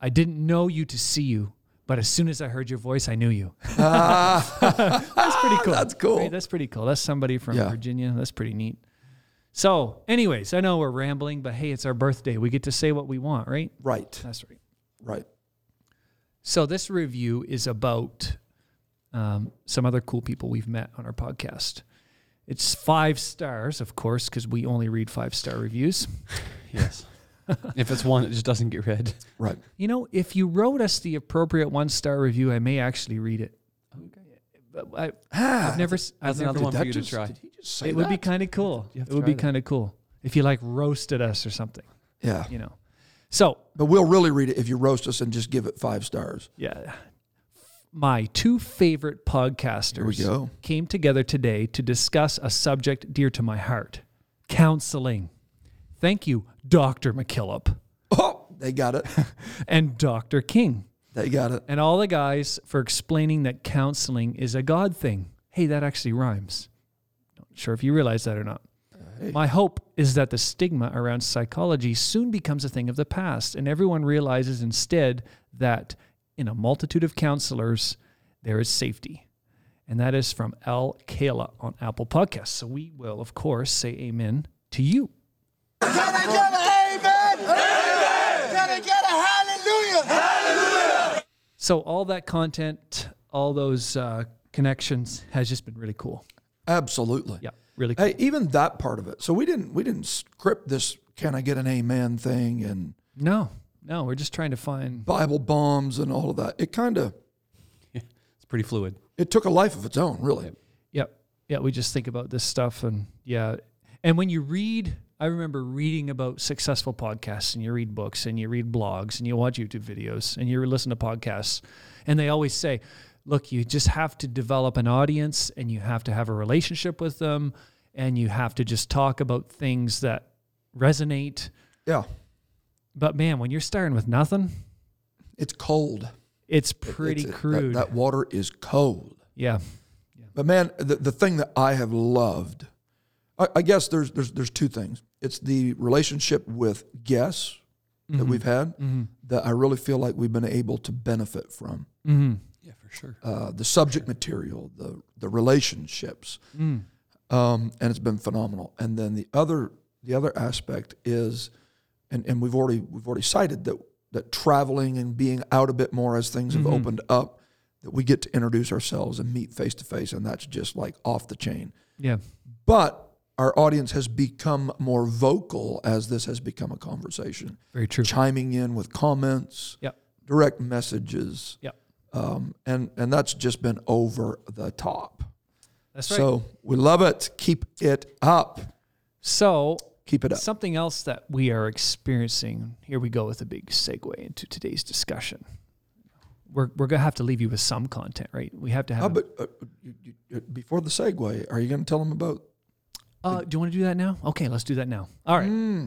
[SPEAKER 1] "I didn't know you to see you, but as soon as I heard your voice, I knew you."
[SPEAKER 3] Ah,
[SPEAKER 1] that's pretty cool.
[SPEAKER 3] That's cool.
[SPEAKER 1] Right? That's pretty cool. That's somebody from
[SPEAKER 3] Yeah.
[SPEAKER 1] Virginia. That's pretty neat. So, anyways, I know we're rambling, but hey, it's our birthday. We get to say what we want, right?
[SPEAKER 3] Right,
[SPEAKER 1] That's right.
[SPEAKER 3] right.
[SPEAKER 1] So, this review is about um, some other cool people we've met on our podcast. It's five stars, of course, because we only read five star reviews.
[SPEAKER 2] yes. if it's one, it just doesn't get read.
[SPEAKER 3] Right.
[SPEAKER 1] You know, if you wrote us the appropriate one star review, I may actually read it. But I,
[SPEAKER 3] Ah,
[SPEAKER 1] I've never. s- I've
[SPEAKER 2] That's
[SPEAKER 1] never
[SPEAKER 2] another
[SPEAKER 1] did
[SPEAKER 2] one
[SPEAKER 1] that.
[SPEAKER 2] for you to
[SPEAKER 3] just-
[SPEAKER 2] try.
[SPEAKER 3] did he just say
[SPEAKER 1] It would be
[SPEAKER 3] that?
[SPEAKER 1] kind of cool.
[SPEAKER 2] you have
[SPEAKER 1] It
[SPEAKER 2] to
[SPEAKER 1] would
[SPEAKER 2] try
[SPEAKER 1] be
[SPEAKER 2] that.
[SPEAKER 1] kind of cool if you like roasted us or something.
[SPEAKER 3] Yeah.
[SPEAKER 1] you know. So
[SPEAKER 3] But we'll really read it if you roast us and just give it five stars.
[SPEAKER 1] yeah, my two favorite podcasters
[SPEAKER 3] go.
[SPEAKER 1] came together today to discuss a subject dear to my heart: counseling. Thank you, Doctor McKillop
[SPEAKER 3] Oh, they got it.
[SPEAKER 1] and Doctor King,
[SPEAKER 3] They got it.
[SPEAKER 1] and all the guys for explaining that counseling is a God thing. Hey, that actually rhymes. Not sure if you realize that or not. My hope is that the stigma around psychology soon becomes a thing of the past, and everyone realizes instead that in a multitude of counselors, there is safety. And that is from Al Kayla on Apple Podcasts. So we will, of course, say amen to you.
[SPEAKER 4] Can I get an amen? Amen. Can I get a hallelujah?
[SPEAKER 1] So, all that content, all those uh, connections has just been really cool.
[SPEAKER 3] Absolutely.
[SPEAKER 1] Yeah, really cool.
[SPEAKER 3] Hey, even that part of it. So we didn't we didn't script this can I get an amen thing and
[SPEAKER 1] No, no, we're just trying to find.
[SPEAKER 3] Bible bombs and all of that. It kind of
[SPEAKER 2] It's pretty fluid.
[SPEAKER 3] it took a life of its own, really.
[SPEAKER 1] Yep. Yeah, we just think about this stuff and yeah. And when you read, I remember reading about successful podcasts and you read books and you read blogs and you watch YouTube videos and you listen to podcasts and they always say, look, you just have to develop an audience and you have to have a relationship with them and you have to just talk about things that resonate.
[SPEAKER 3] Yeah.
[SPEAKER 1] But man, when you're starting with nothing,
[SPEAKER 3] It's cold.
[SPEAKER 1] it's pretty
[SPEAKER 3] It's- it- that-
[SPEAKER 1] crude.
[SPEAKER 3] that water is cold.
[SPEAKER 1] yeah.
[SPEAKER 3] But man, the, the thing that I have loved, I, I guess there's there's there's two things. It's the relationship with guests that
[SPEAKER 1] Mm-hmm.
[SPEAKER 3] we've had that I really feel like we've been able to benefit from.
[SPEAKER 2] Yeah, for sure.
[SPEAKER 3] Uh, the subject material, the the relationships,
[SPEAKER 1] Mm.
[SPEAKER 3] um, and it's been phenomenal. And then the other the other aspect is, and, and we've already we've already cited that that traveling and being out a bit more as things
[SPEAKER 1] Mm-hmm.
[SPEAKER 3] have opened up, that we get to introduce ourselves and meet face to face, and that's just like off the chain
[SPEAKER 1] Yeah.
[SPEAKER 3] but our audience has become more vocal as this has become a conversation,
[SPEAKER 1] Very true.
[SPEAKER 3] chiming in with comments,
[SPEAKER 1] Yep.
[SPEAKER 3] direct messages,
[SPEAKER 1] Yep.
[SPEAKER 3] um, and and that's just been over the top.
[SPEAKER 1] That's right.
[SPEAKER 3] So we love it. Keep it up.
[SPEAKER 1] So
[SPEAKER 3] Keep it up.
[SPEAKER 1] Something else that we are experiencing. Here we go with a big segue into today's discussion. We're, we're gonna have to leave you with some content, right? We have to have.
[SPEAKER 3] How
[SPEAKER 1] a-
[SPEAKER 3] about, uh, you, you, uh, before the segue, are you going to tell them about?
[SPEAKER 1] uh, do you want to do that now? Okay, let's do that now. All right,
[SPEAKER 3] Hmm.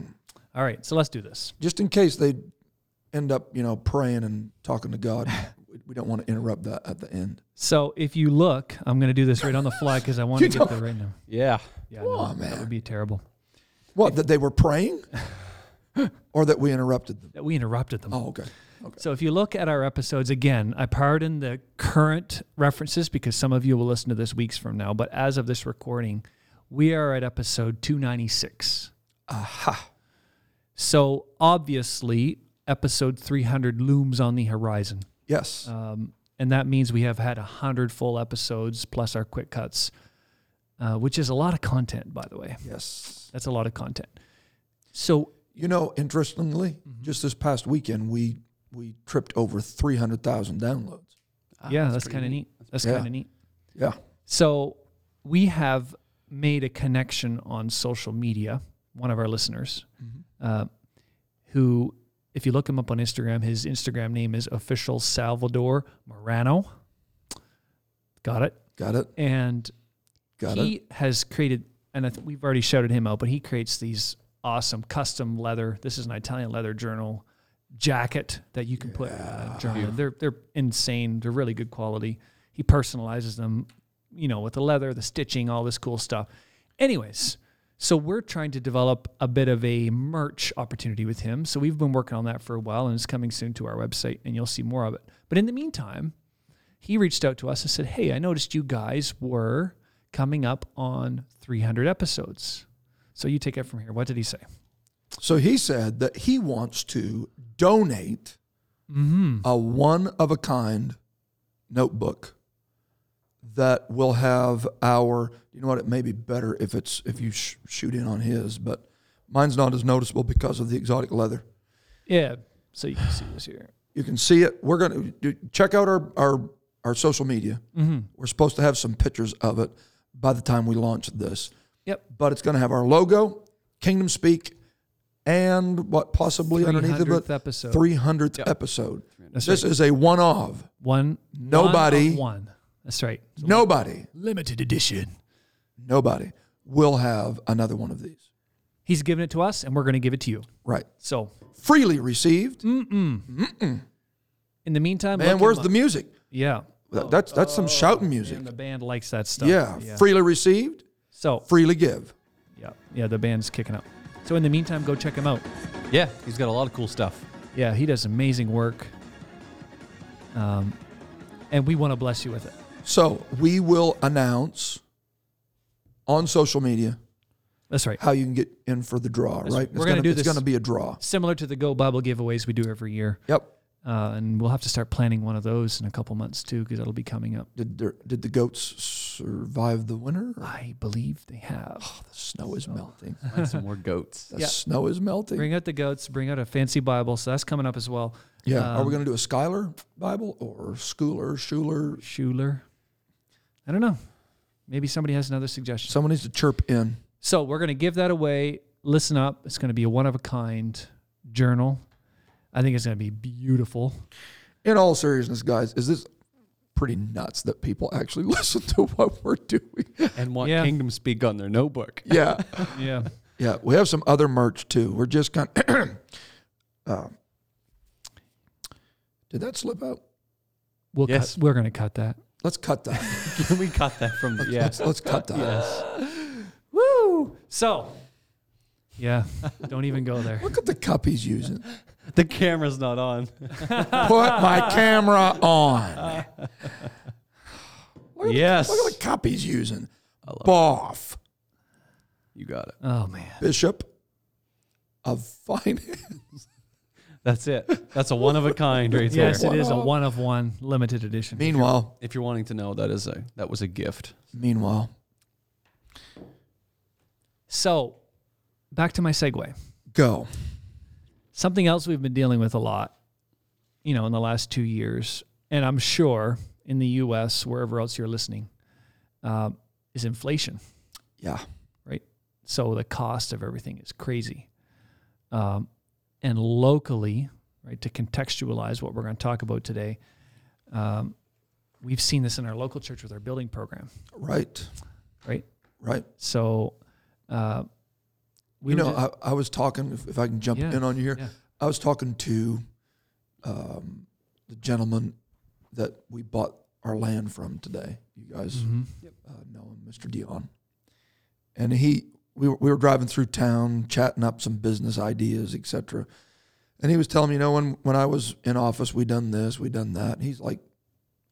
[SPEAKER 1] all right. So let's do this.
[SPEAKER 3] Just in case they end up, you know, praying and talking to God, we- we don't want to interrupt that at the end.
[SPEAKER 1] So if you look, I'm gonna do this right on the fly because I want to get there right now.
[SPEAKER 2] Yeah.
[SPEAKER 1] Yeah, I know.
[SPEAKER 3] on,
[SPEAKER 1] that
[SPEAKER 3] man.
[SPEAKER 1] would be terrible.
[SPEAKER 3] What, that they were praying? or that we interrupted them?
[SPEAKER 1] That we interrupted them.
[SPEAKER 3] Oh, okay. Okay.
[SPEAKER 1] So if you look at our episodes again, I pardon the current references because some of you will listen to this weeks from now, but as of this recording, we are at episode 296. Aha. So obviously, episode 300 looms on the horizon.
[SPEAKER 3] Yes.
[SPEAKER 1] Um, and that means we have had 100 full episodes plus our quick cuts, uh, which is a lot of content, by the way.
[SPEAKER 3] yes.
[SPEAKER 1] That's a lot of content. So
[SPEAKER 3] You know, interestingly, just this past weekend, we we tripped over 300,000 downloads.
[SPEAKER 1] yeah, Ah, that's, kind of neat. That's
[SPEAKER 3] Yeah.
[SPEAKER 1] kind of neat.
[SPEAKER 3] Yeah.
[SPEAKER 1] So we have made a connection on social media. One of our listeners, uh, who, if you look him up on Instagram, his Instagram name is official Salvador Morano. Got it.
[SPEAKER 3] Got it.
[SPEAKER 1] And
[SPEAKER 3] Got
[SPEAKER 1] he
[SPEAKER 3] it.
[SPEAKER 1] has created, and I th- we've already shouted him out, but he creates these awesome custom leather. This is an Italian leather journal jacket that you can put uh, journal. in. They're they're insane. They're really good quality. He personalizes them, you know, with the leather, the stitching, all this cool stuff. Anyways, so we're trying to develop a bit of a merch opportunity with him. So we've been working on that for a while, and it's coming soon to our website, and you'll see more of it. But in the meantime, he reached out to us and said, Hey, I noticed you guys were coming up on 300 episodes. So you take it from here. What did he say?
[SPEAKER 3] So he said that he wants to donate a one of a kind notebook that will have our. You know what? It may be better if it's if you sh- shoot in on his, but mine's not as noticeable because of the exotic leather.
[SPEAKER 1] Yeah. So you can see this here.
[SPEAKER 3] You can see it. We're gonna do- check out our our our social media. We're supposed to have some pictures of it by the time we launch this,
[SPEAKER 1] Yep.
[SPEAKER 3] but it's gonna have our logo, Kingdom Speak, and what possibly underneath of it,
[SPEAKER 1] 300th episode.
[SPEAKER 3] 300th episode.
[SPEAKER 1] That's
[SPEAKER 3] this is a one of.
[SPEAKER 1] One.
[SPEAKER 3] Nobody-
[SPEAKER 1] One. of one. That's right.
[SPEAKER 3] Nobody,
[SPEAKER 1] Limited edition.
[SPEAKER 3] nobody will have another one of these.
[SPEAKER 1] He's giving it to us, and we're going to give it to you.
[SPEAKER 3] Right.
[SPEAKER 1] So
[SPEAKER 3] Freely received.
[SPEAKER 1] Mm, in the meantime, look
[SPEAKER 3] Man,
[SPEAKER 1] him
[SPEAKER 3] where's
[SPEAKER 1] up.
[SPEAKER 3] the music?
[SPEAKER 1] Yeah.
[SPEAKER 3] That's that's some shouting music.
[SPEAKER 1] And Oh, the band likes that stuff.
[SPEAKER 3] Yeah. Freely received,
[SPEAKER 1] So,
[SPEAKER 3] freely give.
[SPEAKER 1] yeah. Yeah. The band's kicking up. So in the meantime, go check him out.
[SPEAKER 2] Yeah. He's got a lot of cool stuff.
[SPEAKER 1] Yeah, he does amazing work. Um, and we want to bless you with it.
[SPEAKER 3] So we will announce on social media
[SPEAKER 1] That's right.
[SPEAKER 3] how you can get in for the draw, right?
[SPEAKER 1] we're gonna
[SPEAKER 3] gonna-
[SPEAKER 1] do
[SPEAKER 3] It's
[SPEAKER 1] this.
[SPEAKER 3] going to be a draw.
[SPEAKER 1] Similar to the Go Bible giveaways we do every year.
[SPEAKER 3] Yep.
[SPEAKER 1] Uh, and we'll have to start planning one of those in a couple months too, because it'll be coming up.
[SPEAKER 3] Did there, did the goats survive the winter? The
[SPEAKER 1] I believe they have.
[SPEAKER 3] snow is melting.
[SPEAKER 2] Find some more goats.
[SPEAKER 3] The
[SPEAKER 1] Yeah.
[SPEAKER 3] snow is melting.
[SPEAKER 1] Bring out the goats, bring out a fancy Bible. So that's coming up as well.
[SPEAKER 3] yeah. Are we going to do a Skylar Bible or Schooler, Schuler?
[SPEAKER 1] Schuler. I don't know. Maybe somebody has another suggestion.
[SPEAKER 3] Someone needs to chirp in.
[SPEAKER 1] So we're going to give that away. Listen up. It's going to be a one of a kind journal. I think it's going to be beautiful.
[SPEAKER 3] In all seriousness, guys, is this pretty nuts that people actually listen to what we're doing?
[SPEAKER 2] And want
[SPEAKER 1] Yeah.
[SPEAKER 2] Kingdom Speak on their notebook.
[SPEAKER 3] yeah.
[SPEAKER 1] Yeah.
[SPEAKER 3] Yeah. We have some other merch too. We're just kind of. did that slip out?
[SPEAKER 1] We'll
[SPEAKER 2] Yes.
[SPEAKER 1] cut, we're going to cut that.
[SPEAKER 3] Let's cut that.
[SPEAKER 2] Can we cut that from the. Yeah.
[SPEAKER 3] Let's, let's cut that.
[SPEAKER 1] Woo! So, yeah, don't even go there.
[SPEAKER 3] Look at the cup he's using.
[SPEAKER 2] The camera's not on.
[SPEAKER 3] Put my camera on.
[SPEAKER 2] yes.
[SPEAKER 3] Look at the cup he's using. Boff,
[SPEAKER 2] You got it.
[SPEAKER 1] Oh man,
[SPEAKER 3] Bishop of Finance.
[SPEAKER 2] That's it. That's a one of a kind right there.
[SPEAKER 1] yes, it is a one of one limited edition.
[SPEAKER 3] meanwhile,
[SPEAKER 2] If you're wanting to know, that is a that was a gift.
[SPEAKER 3] meanwhile,
[SPEAKER 1] So, back to my segue.
[SPEAKER 3] go.
[SPEAKER 1] Something else we've been dealing with a lot, you know, in the last two years, and I'm sure in the U.S. wherever else you're listening, uh, is um, inflation.
[SPEAKER 3] Yeah.
[SPEAKER 1] Right? So the cost of everything is crazy. Um, and locally, right, to contextualize what we're going to talk about today, um, we've seen this in our local church with our building program,
[SPEAKER 3] Right.
[SPEAKER 1] right?
[SPEAKER 3] Right.
[SPEAKER 1] So uh, we
[SPEAKER 3] You
[SPEAKER 1] were
[SPEAKER 3] know, uh
[SPEAKER 1] ju-
[SPEAKER 3] I, I was talking, if, if I can jump
[SPEAKER 1] Yeah,
[SPEAKER 3] in on you here,
[SPEAKER 1] yeah.
[SPEAKER 3] I was talking to um, the gentleman that we bought our land from today. You guys
[SPEAKER 1] Mhm.
[SPEAKER 3] uh, know him, Mr. Dion. And he, we were, we were driving through town, chatting up some business ideas, etc. And he was telling me, you know, when when I was in office, we done this, we done that. And he's like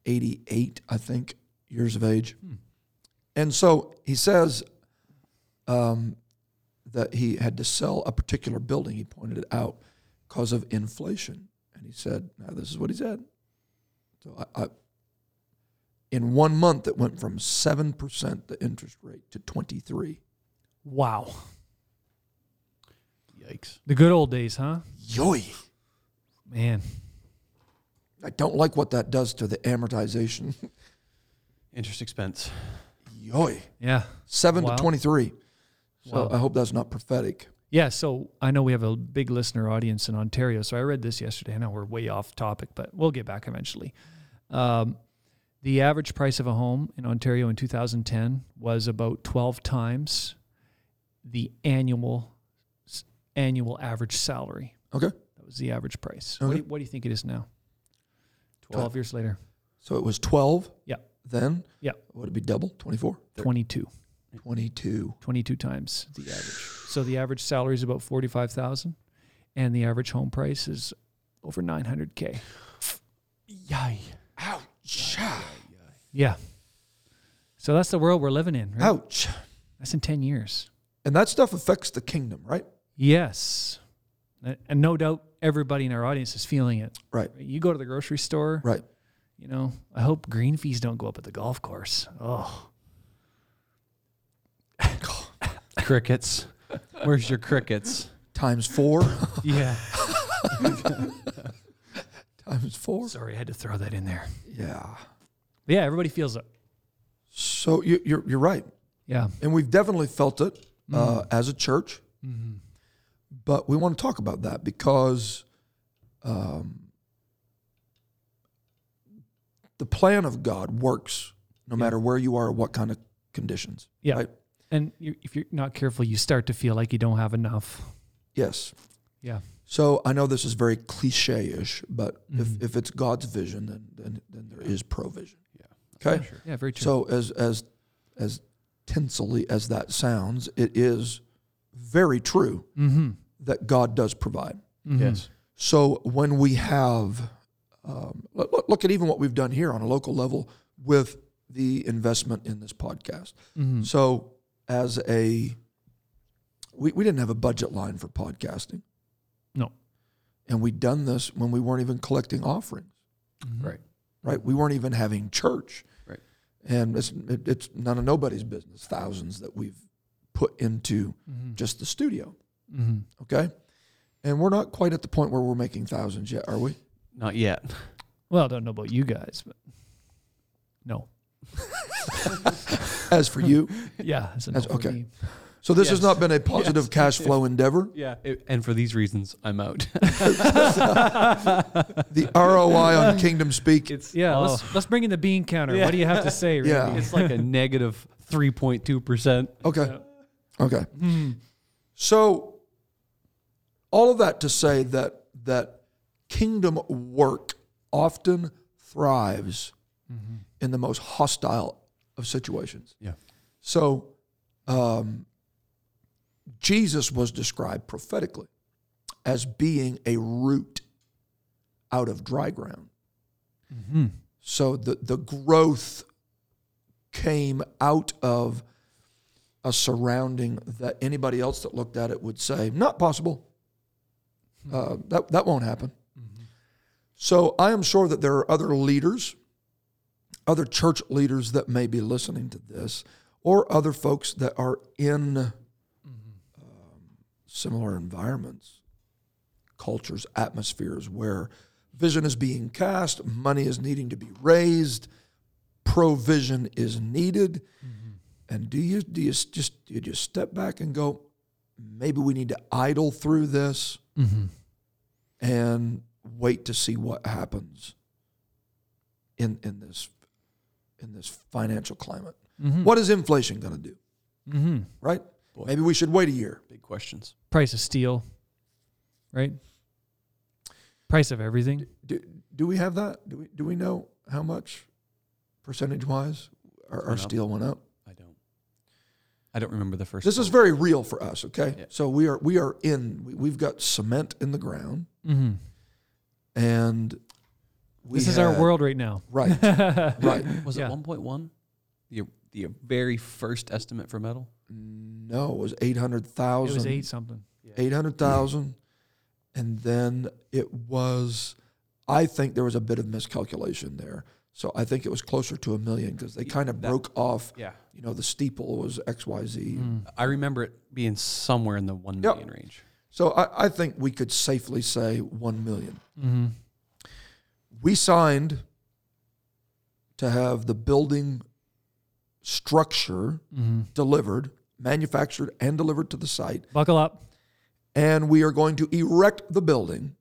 [SPEAKER 3] 88, I think, years of age.
[SPEAKER 1] Hmm.
[SPEAKER 3] And so he says um, that he had to sell a particular building. He pointed it out because of inflation. And he said, now this is what he said. So I, I, in one month it went from 7% the interest rate to 23
[SPEAKER 1] wow,
[SPEAKER 2] Yikes.
[SPEAKER 1] the good old days, huh?
[SPEAKER 3] yoy
[SPEAKER 1] Man,
[SPEAKER 3] i don't like what that does to the amortization
[SPEAKER 2] Interest expense.
[SPEAKER 3] yoy
[SPEAKER 1] yeah,
[SPEAKER 3] 7
[SPEAKER 1] Wow.
[SPEAKER 3] to 23 so
[SPEAKER 1] Wow.
[SPEAKER 3] i hope that's not prophetic
[SPEAKER 1] yeah. So I know we have a big listener audience in Ontario. So I read this yesterday. I know we're way off topic, but we'll get back eventually. Um, the average price of a home in Ontario in 2010 was about 12 times the annual annual average salary.
[SPEAKER 3] okay
[SPEAKER 1] That was the average price. What, do you, what do you think it is now? 12 years later.
[SPEAKER 3] so it was 12
[SPEAKER 1] Yeah.
[SPEAKER 3] then
[SPEAKER 1] Yeah.
[SPEAKER 3] would it be double 24
[SPEAKER 1] 22.
[SPEAKER 3] 22
[SPEAKER 1] 22 times the average. So the average salary is about 45,000 and the average home price is over 900k.
[SPEAKER 2] Yay.
[SPEAKER 3] ouch
[SPEAKER 1] Yeah. So that's the world we're living in, right?
[SPEAKER 3] ouch
[SPEAKER 1] That's in 10 years.
[SPEAKER 3] and that stuff affects the kingdom right
[SPEAKER 1] Yes. And- And no doubt everybody in our audience is feeling it.
[SPEAKER 3] right
[SPEAKER 1] You go to the grocery store,
[SPEAKER 3] right
[SPEAKER 1] you know, I hope green fees don't go up at the golf course. Oh,
[SPEAKER 2] Crickets. Where's your crickets?
[SPEAKER 3] times four
[SPEAKER 2] Yeah.
[SPEAKER 3] times four
[SPEAKER 1] sorry, I had to throw that in there.
[SPEAKER 3] yeah
[SPEAKER 1] But yeah, everybody feels it.
[SPEAKER 3] so you, you're, you're right
[SPEAKER 1] Yeah.
[SPEAKER 3] and we've definitely felt it uh, as a church. But we want to talk about that because um, the plan of God works no matter where you are or what kind of conditions.
[SPEAKER 1] Yeah.
[SPEAKER 3] right?
[SPEAKER 1] And you if you're not careful, you start to feel like you don't have enough.
[SPEAKER 3] Yes.
[SPEAKER 1] Yeah.
[SPEAKER 3] So I know this is very cliche ish, but if, if it's God's vision, then, then, then there is provision. Yeah. Okay.
[SPEAKER 1] Yeah, very true.
[SPEAKER 3] So as as as tinsely as that sounds, it is very true
[SPEAKER 1] Mm-hmm.
[SPEAKER 3] that God does provide.
[SPEAKER 2] Yes.
[SPEAKER 3] So when we have, um, look, look- look at even what we've done here on a local level with the investment in this podcast. So as a, we, we didn't have a budget line for podcasting.
[SPEAKER 1] No.
[SPEAKER 3] And we done this when we weren't even collecting offerings,
[SPEAKER 1] Mm-hmm.
[SPEAKER 2] Right.
[SPEAKER 3] right? We weren't even having church.
[SPEAKER 2] Right.
[SPEAKER 3] And it's, it, it's none of nobody's business, thousands that we've put into
[SPEAKER 1] Mm-hmm.
[SPEAKER 3] just the studio. Okay. And we're not quite at the point where we're making thousands yet, are we?
[SPEAKER 2] Not yet.
[SPEAKER 1] Well, I don't know about you guys, but no.
[SPEAKER 3] As for you,
[SPEAKER 1] Yeah. that's a no
[SPEAKER 3] That's-
[SPEAKER 1] for
[SPEAKER 3] okay.
[SPEAKER 1] me.
[SPEAKER 3] so this has
[SPEAKER 2] Yes.
[SPEAKER 3] not been a positive cash flow endeavor.
[SPEAKER 2] Yeah. and for these reasons, I'm out.
[SPEAKER 3] The ROI on Kingdom Speak,
[SPEAKER 2] it's
[SPEAKER 1] Yeah.
[SPEAKER 2] oh,
[SPEAKER 1] Let's, let's bring in the bean counter.
[SPEAKER 2] Yeah.
[SPEAKER 1] What do you have to say, Randy?
[SPEAKER 3] Yeah.
[SPEAKER 2] it's like a negative 3.2%.
[SPEAKER 3] okay, okay. So all of that to say that that kingdom work often thrives in the most hostile of situations.
[SPEAKER 2] Yeah.
[SPEAKER 3] So um, Jesus was described prophetically as being a root out of dry ground. So the, the growth came out of a surrounding that anybody else that looked at it would say, not possible. Uh, that, that won't happen. So I am sure that there are other leaders other church leaders that may be listening to this or other folks that are in um, similar environments, cultures, atmospheres where vision is being cast, money is needing to be raised, provision is needed. And do you do you s- just do you just step back and go, maybe we need to idle through this and wait to see what happens in in this in this financial climate.
[SPEAKER 1] Mm-hmm.
[SPEAKER 3] What is inflation going to do? Right? Maybe we should wait a year.
[SPEAKER 2] Big questions.
[SPEAKER 1] Price of steel, right? Price of everything.
[SPEAKER 3] Do, do we have that? Do we do we know how much percentage wise our, our
[SPEAKER 2] Went up.
[SPEAKER 3] steel went up?
[SPEAKER 2] I don't. I don't remember the first.
[SPEAKER 3] This is
[SPEAKER 2] one.
[SPEAKER 3] very real for us, okay?
[SPEAKER 2] Yeah.
[SPEAKER 3] So we are we are in we, we've got cement in the ground
[SPEAKER 1] Mm-hmm.
[SPEAKER 3] and we
[SPEAKER 1] This is our
[SPEAKER 3] had-
[SPEAKER 1] world right now.
[SPEAKER 3] Right. right.
[SPEAKER 2] was
[SPEAKER 1] yeah.
[SPEAKER 2] it one point one? The the very first estimate for metal.
[SPEAKER 3] No, it was
[SPEAKER 1] It
[SPEAKER 3] 800,000.
[SPEAKER 1] was eight something.
[SPEAKER 3] eight hundred thousand, and then it was. I think there was a bit of miscalculation there, so I think it was closer to a million because they kind of
[SPEAKER 2] that-
[SPEAKER 3] broke off.
[SPEAKER 2] Yeah. Mm.
[SPEAKER 3] You know, the steeple was X Y Z.
[SPEAKER 2] I remember it being somewhere in the one
[SPEAKER 3] Yep.
[SPEAKER 2] million range.
[SPEAKER 3] So I, I think we could safely say one million.
[SPEAKER 1] Mm-hmm.
[SPEAKER 3] We signed to have the building structure
[SPEAKER 2] Mm-hmm.
[SPEAKER 3] delivered, manufactured, and delivered to the site
[SPEAKER 1] Buckle up.
[SPEAKER 3] and we are going to erect the building.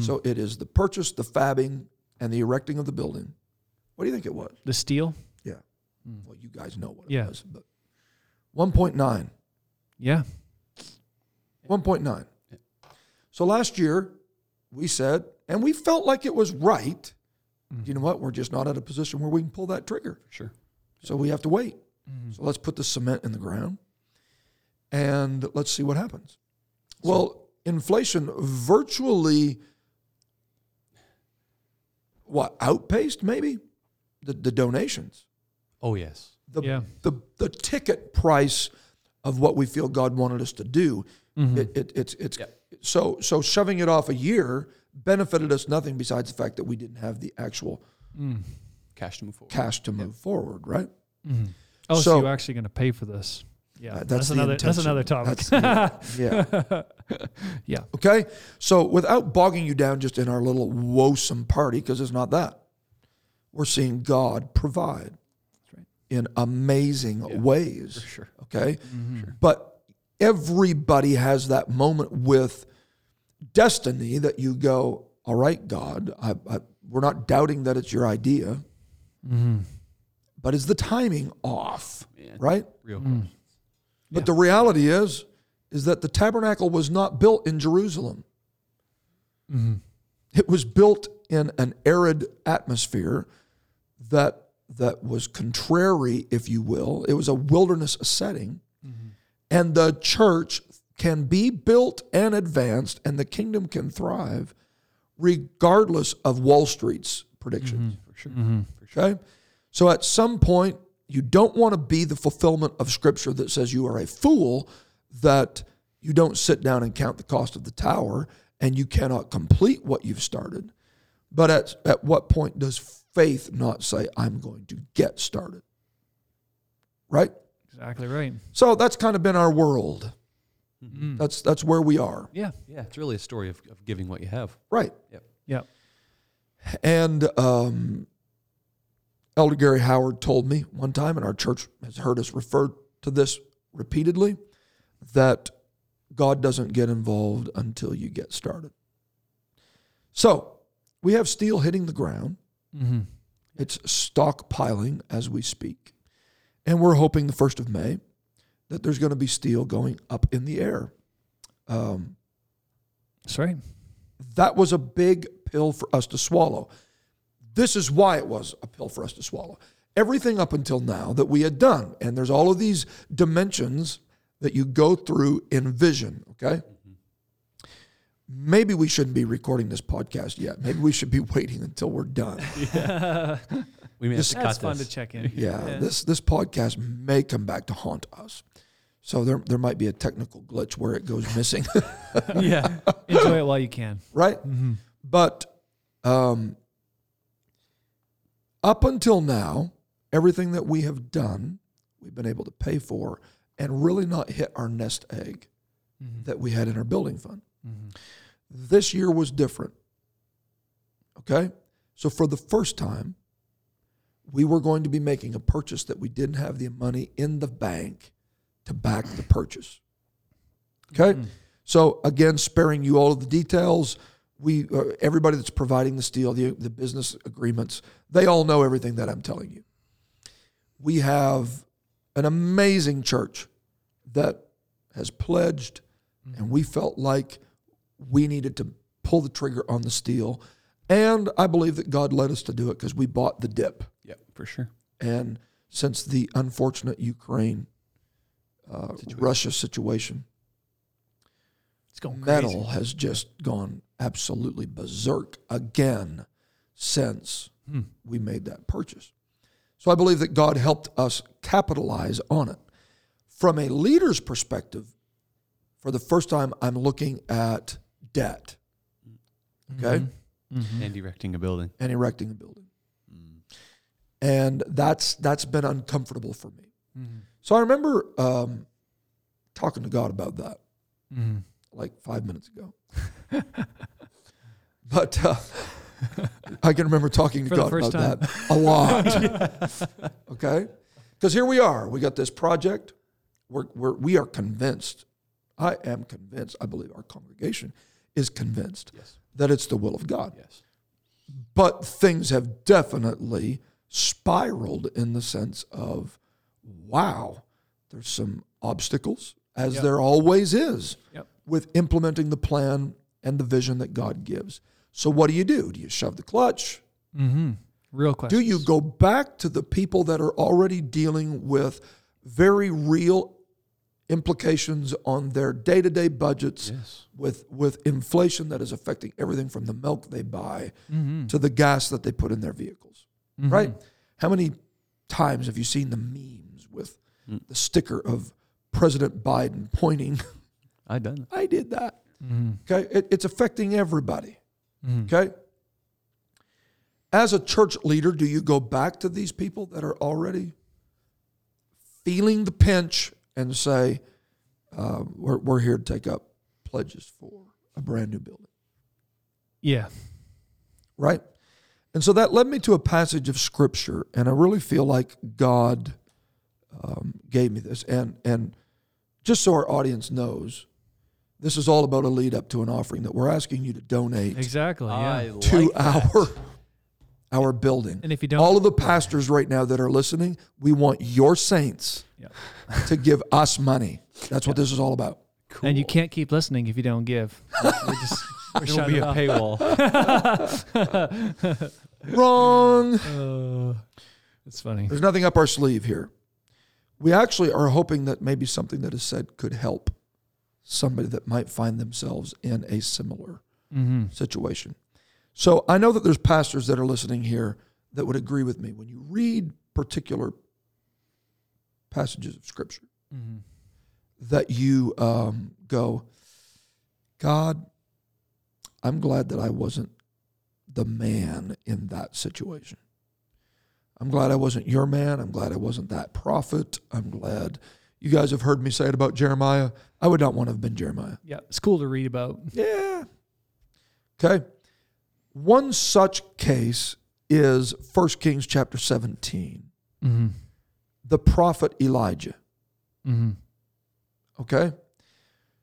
[SPEAKER 3] So it is the purchase, the fabbing, and the erecting of the building. What do you think it was?
[SPEAKER 1] The steel.
[SPEAKER 3] Yeah. Well, you guys know what it
[SPEAKER 1] Yeah.
[SPEAKER 3] was, but 1.9,
[SPEAKER 1] Yeah.
[SPEAKER 3] 1.9. So last year, we said, and we felt like it was right. You know what? We're just not at a position where we can pull that trigger.
[SPEAKER 2] Sure.
[SPEAKER 3] So we have to wait. So let's put the cement in the ground and let's see what happens. well, inflation virtually what outpaced maybe the, the donations.
[SPEAKER 2] Oh yes.
[SPEAKER 3] The,
[SPEAKER 1] Yeah.
[SPEAKER 3] the the ticket price of what we feel God wanted us to do. It, it, it's it's so so shoving it off a year benefited us nothing besides the fact that we didn't have the actual
[SPEAKER 2] Cash to move forward.
[SPEAKER 3] cash to move forward, right?
[SPEAKER 1] Oh, so,
[SPEAKER 3] So-
[SPEAKER 1] you're actually going to pay for this? Yeah.
[SPEAKER 3] Uh,
[SPEAKER 1] that's,
[SPEAKER 3] the
[SPEAKER 1] another. That's
[SPEAKER 3] intention.
[SPEAKER 1] another topic.
[SPEAKER 3] That's- yeah.
[SPEAKER 1] Yeah.
[SPEAKER 3] Okay. So without bogging you down just in our little woesome party, because it's not that, we're seeing God provide
[SPEAKER 1] right.
[SPEAKER 3] in amazing ways.
[SPEAKER 2] sure.
[SPEAKER 3] Okay.
[SPEAKER 1] Mm-hmm.
[SPEAKER 3] But everybody has that moment with destiny that you go, all right, God, I, I, we're not doubting that it's your idea,
[SPEAKER 1] Mm-hmm.
[SPEAKER 3] but is the timing off? Right.
[SPEAKER 2] Real close.
[SPEAKER 3] But the reality is, is that the tabernacle was not built in Jerusalem. It was built in an arid atmosphere that that was contrary, if you will. It was a wilderness setting, and the church can be built and advanced, and the kingdom can thrive, regardless of Wall Street's predictions.
[SPEAKER 2] For sure.
[SPEAKER 3] Okay? So at some point, you don't want to be the fulfillment of scripture that says you are a fool that you don't sit down and count the cost of the tower and you cannot complete what you've started. But at, at what point does faith not say, I'm going to get started? Right?
[SPEAKER 1] Exactly right.
[SPEAKER 3] So that's kind of been our world. That's that's where we are.
[SPEAKER 1] Yeah.
[SPEAKER 2] Yeah, it's really a story of, of giving what you have.
[SPEAKER 3] Right.
[SPEAKER 1] Yeah.
[SPEAKER 3] And um, Elder Gary Howard told me one time, and our church has heard us refer to this repeatedly, that God doesn't get involved until you get started. So we have steel hitting the ground. It's stockpiling as we speak. And we're hoping the 1st of May that there's going to be steel going up in the air.
[SPEAKER 1] That's right.
[SPEAKER 3] That was a big pill for us to swallow. This is why it was a pill for us to swallow. Everything up until now that we had done, and there's all of these dimensions that you go through in vision, okay? Maybe we shouldn't be recording this podcast yet. Maybe we should be waiting until we're done.
[SPEAKER 2] We may have
[SPEAKER 1] That's
[SPEAKER 2] to cut
[SPEAKER 1] fun
[SPEAKER 2] this.
[SPEAKER 1] to check in.
[SPEAKER 3] Yeah, this this podcast may come back to haunt us. So there there might be a technical glitch where it goes missing.
[SPEAKER 1] yeah. Enjoy it while you can.
[SPEAKER 3] right? But um, up until now, everything that we have done, we've been able to pay for and really not hit our nest egg that we had in our building fund. This year was different. Okay? So for the first time, we were going to be making a purchase that we didn't have the money in the bank to back the purchase. Okay. So again, sparing you all of the details, we uh, everybody that's providing the steel, the, the business agreements, they all know everything that I'm telling you. We have an amazing church that has pledged, and we felt like we needed to pull the trigger on the steel. And I believe that God led us to do it because we bought the dip.
[SPEAKER 2] Yep, for sure.
[SPEAKER 3] And since the unfortunate Ukraine uh, Russia situation,
[SPEAKER 1] It's going crazy.
[SPEAKER 3] metal has just gone absolutely berserk again since we made that purchase. So I believe that God helped us capitalize on it. From a leader's perspective, for the first time, I'm looking at debt. Okay
[SPEAKER 2] Mm-hmm. And erecting a building.
[SPEAKER 3] and erecting a building. And that's that's been uncomfortable for me.
[SPEAKER 1] Mm-hmm.
[SPEAKER 3] So I remember um, talking to God about that
[SPEAKER 1] Mm-hmm.
[SPEAKER 3] like five minutes ago. but uh, I can remember talking to
[SPEAKER 1] For the
[SPEAKER 3] God about
[SPEAKER 1] first time.
[SPEAKER 3] that a lot. okay, because here we are. We got this project. We're, we're we are convinced. I am convinced. I believe our congregation is convinced
[SPEAKER 2] Yes.
[SPEAKER 3] that it's the will of God
[SPEAKER 2] Yes.
[SPEAKER 3] but things have definitely spiraled in the sense of wow there's some obstacles as there always is
[SPEAKER 1] Yep.
[SPEAKER 3] with implementing the plan and the vision that god gives so what do you do do you shove the clutch
[SPEAKER 1] Real question.
[SPEAKER 3] do you go back to the people that are already dealing with very real implications on their day-to-day budgets
[SPEAKER 2] Yes.
[SPEAKER 3] with with inflation that is affecting everything from the milk they buy to the gas that they put in their vehicles. Right? How many times have you seen the memes with the sticker of President Biden pointing,
[SPEAKER 2] I done it.
[SPEAKER 3] I did that. Okay? It, it's affecting everybody. Okay? As a church leader, do you go back to these people that are already feeling the pinch and say, uh, we're, we're here to take up pledges for a brand new building?
[SPEAKER 1] Yeah.
[SPEAKER 3] right? And so that led me to a passage of scripture, and I really feel like God um, gave me this. And and just so our audience knows, this is all about a lead up to an offering that we're asking you to donate
[SPEAKER 1] Exactly.
[SPEAKER 2] I
[SPEAKER 1] Yeah.
[SPEAKER 2] like
[SPEAKER 3] to
[SPEAKER 2] that.
[SPEAKER 3] our our building.
[SPEAKER 1] And if you don't-
[SPEAKER 3] all of the pastors right now that are listening, we want your saints
[SPEAKER 1] Yeah.
[SPEAKER 3] to give us money. That's what this is all about.
[SPEAKER 1] And you can't keep listening if you don't give. We're just we're
[SPEAKER 2] It'll
[SPEAKER 1] shutting
[SPEAKER 2] be a
[SPEAKER 1] it off.
[SPEAKER 2] paywall.
[SPEAKER 3] Wrong.
[SPEAKER 1] Uh, it's funny.
[SPEAKER 3] There's nothing up our sleeve here. We actually are hoping that maybe something that is said could help somebody that might find themselves in a similar
[SPEAKER 1] Mm-hmm.
[SPEAKER 3] situation. So I know that there's pastors that are listening here that would agree with me. When you read particular passages of Scripture, that you um, go, God, I'm glad that I wasn't the man in that situation. I'm glad I wasn't your man. I'm glad I wasn't that prophet. I'm glad you guys have heard me say it about Jeremiah. I would not want to have been Jeremiah.
[SPEAKER 1] Yeah. It's cool to read about.
[SPEAKER 3] Yeah. Okay. One such case is 1 Kings chapter 17,
[SPEAKER 1] Mm-hmm.
[SPEAKER 3] the prophet Elijah.
[SPEAKER 1] Mm-hmm.
[SPEAKER 3] Okay.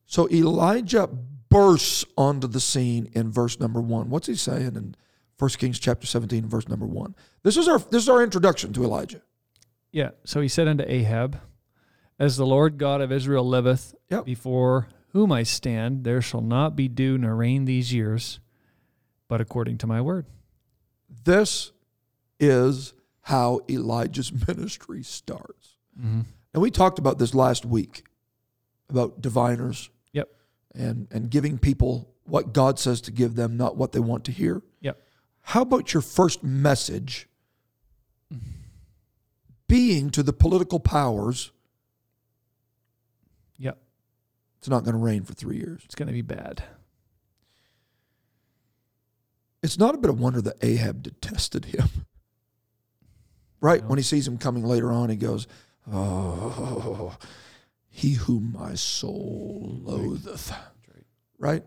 [SPEAKER 3] So Elijah bursts onto the scene in verse number one. What's he saying in 1 Kings chapter 17, verse number one? This is our this is our introduction to Elijah.
[SPEAKER 1] Yeah. So he said unto Ahab, As the Lord God of Israel liveth,
[SPEAKER 3] Yep.
[SPEAKER 1] before whom I stand, there shall not be dew nor rain these years, but according to my word.
[SPEAKER 3] this is how Elijah's ministry starts.
[SPEAKER 1] Mm-hmm.
[SPEAKER 3] And we talked about this last week about diviners
[SPEAKER 1] Yep.
[SPEAKER 3] and, and giving people what God says to give them, not what they want to hear.
[SPEAKER 1] Yep.
[SPEAKER 3] How about your first message being to the political powers?
[SPEAKER 1] Yep.
[SPEAKER 3] It's not going to rain for three years.
[SPEAKER 1] It's going to be bad.
[SPEAKER 3] It's not a bit of wonder that Ahab detested him. Right? When he sees him coming later on, he goes, Oh, he whom my soul loatheth. Right?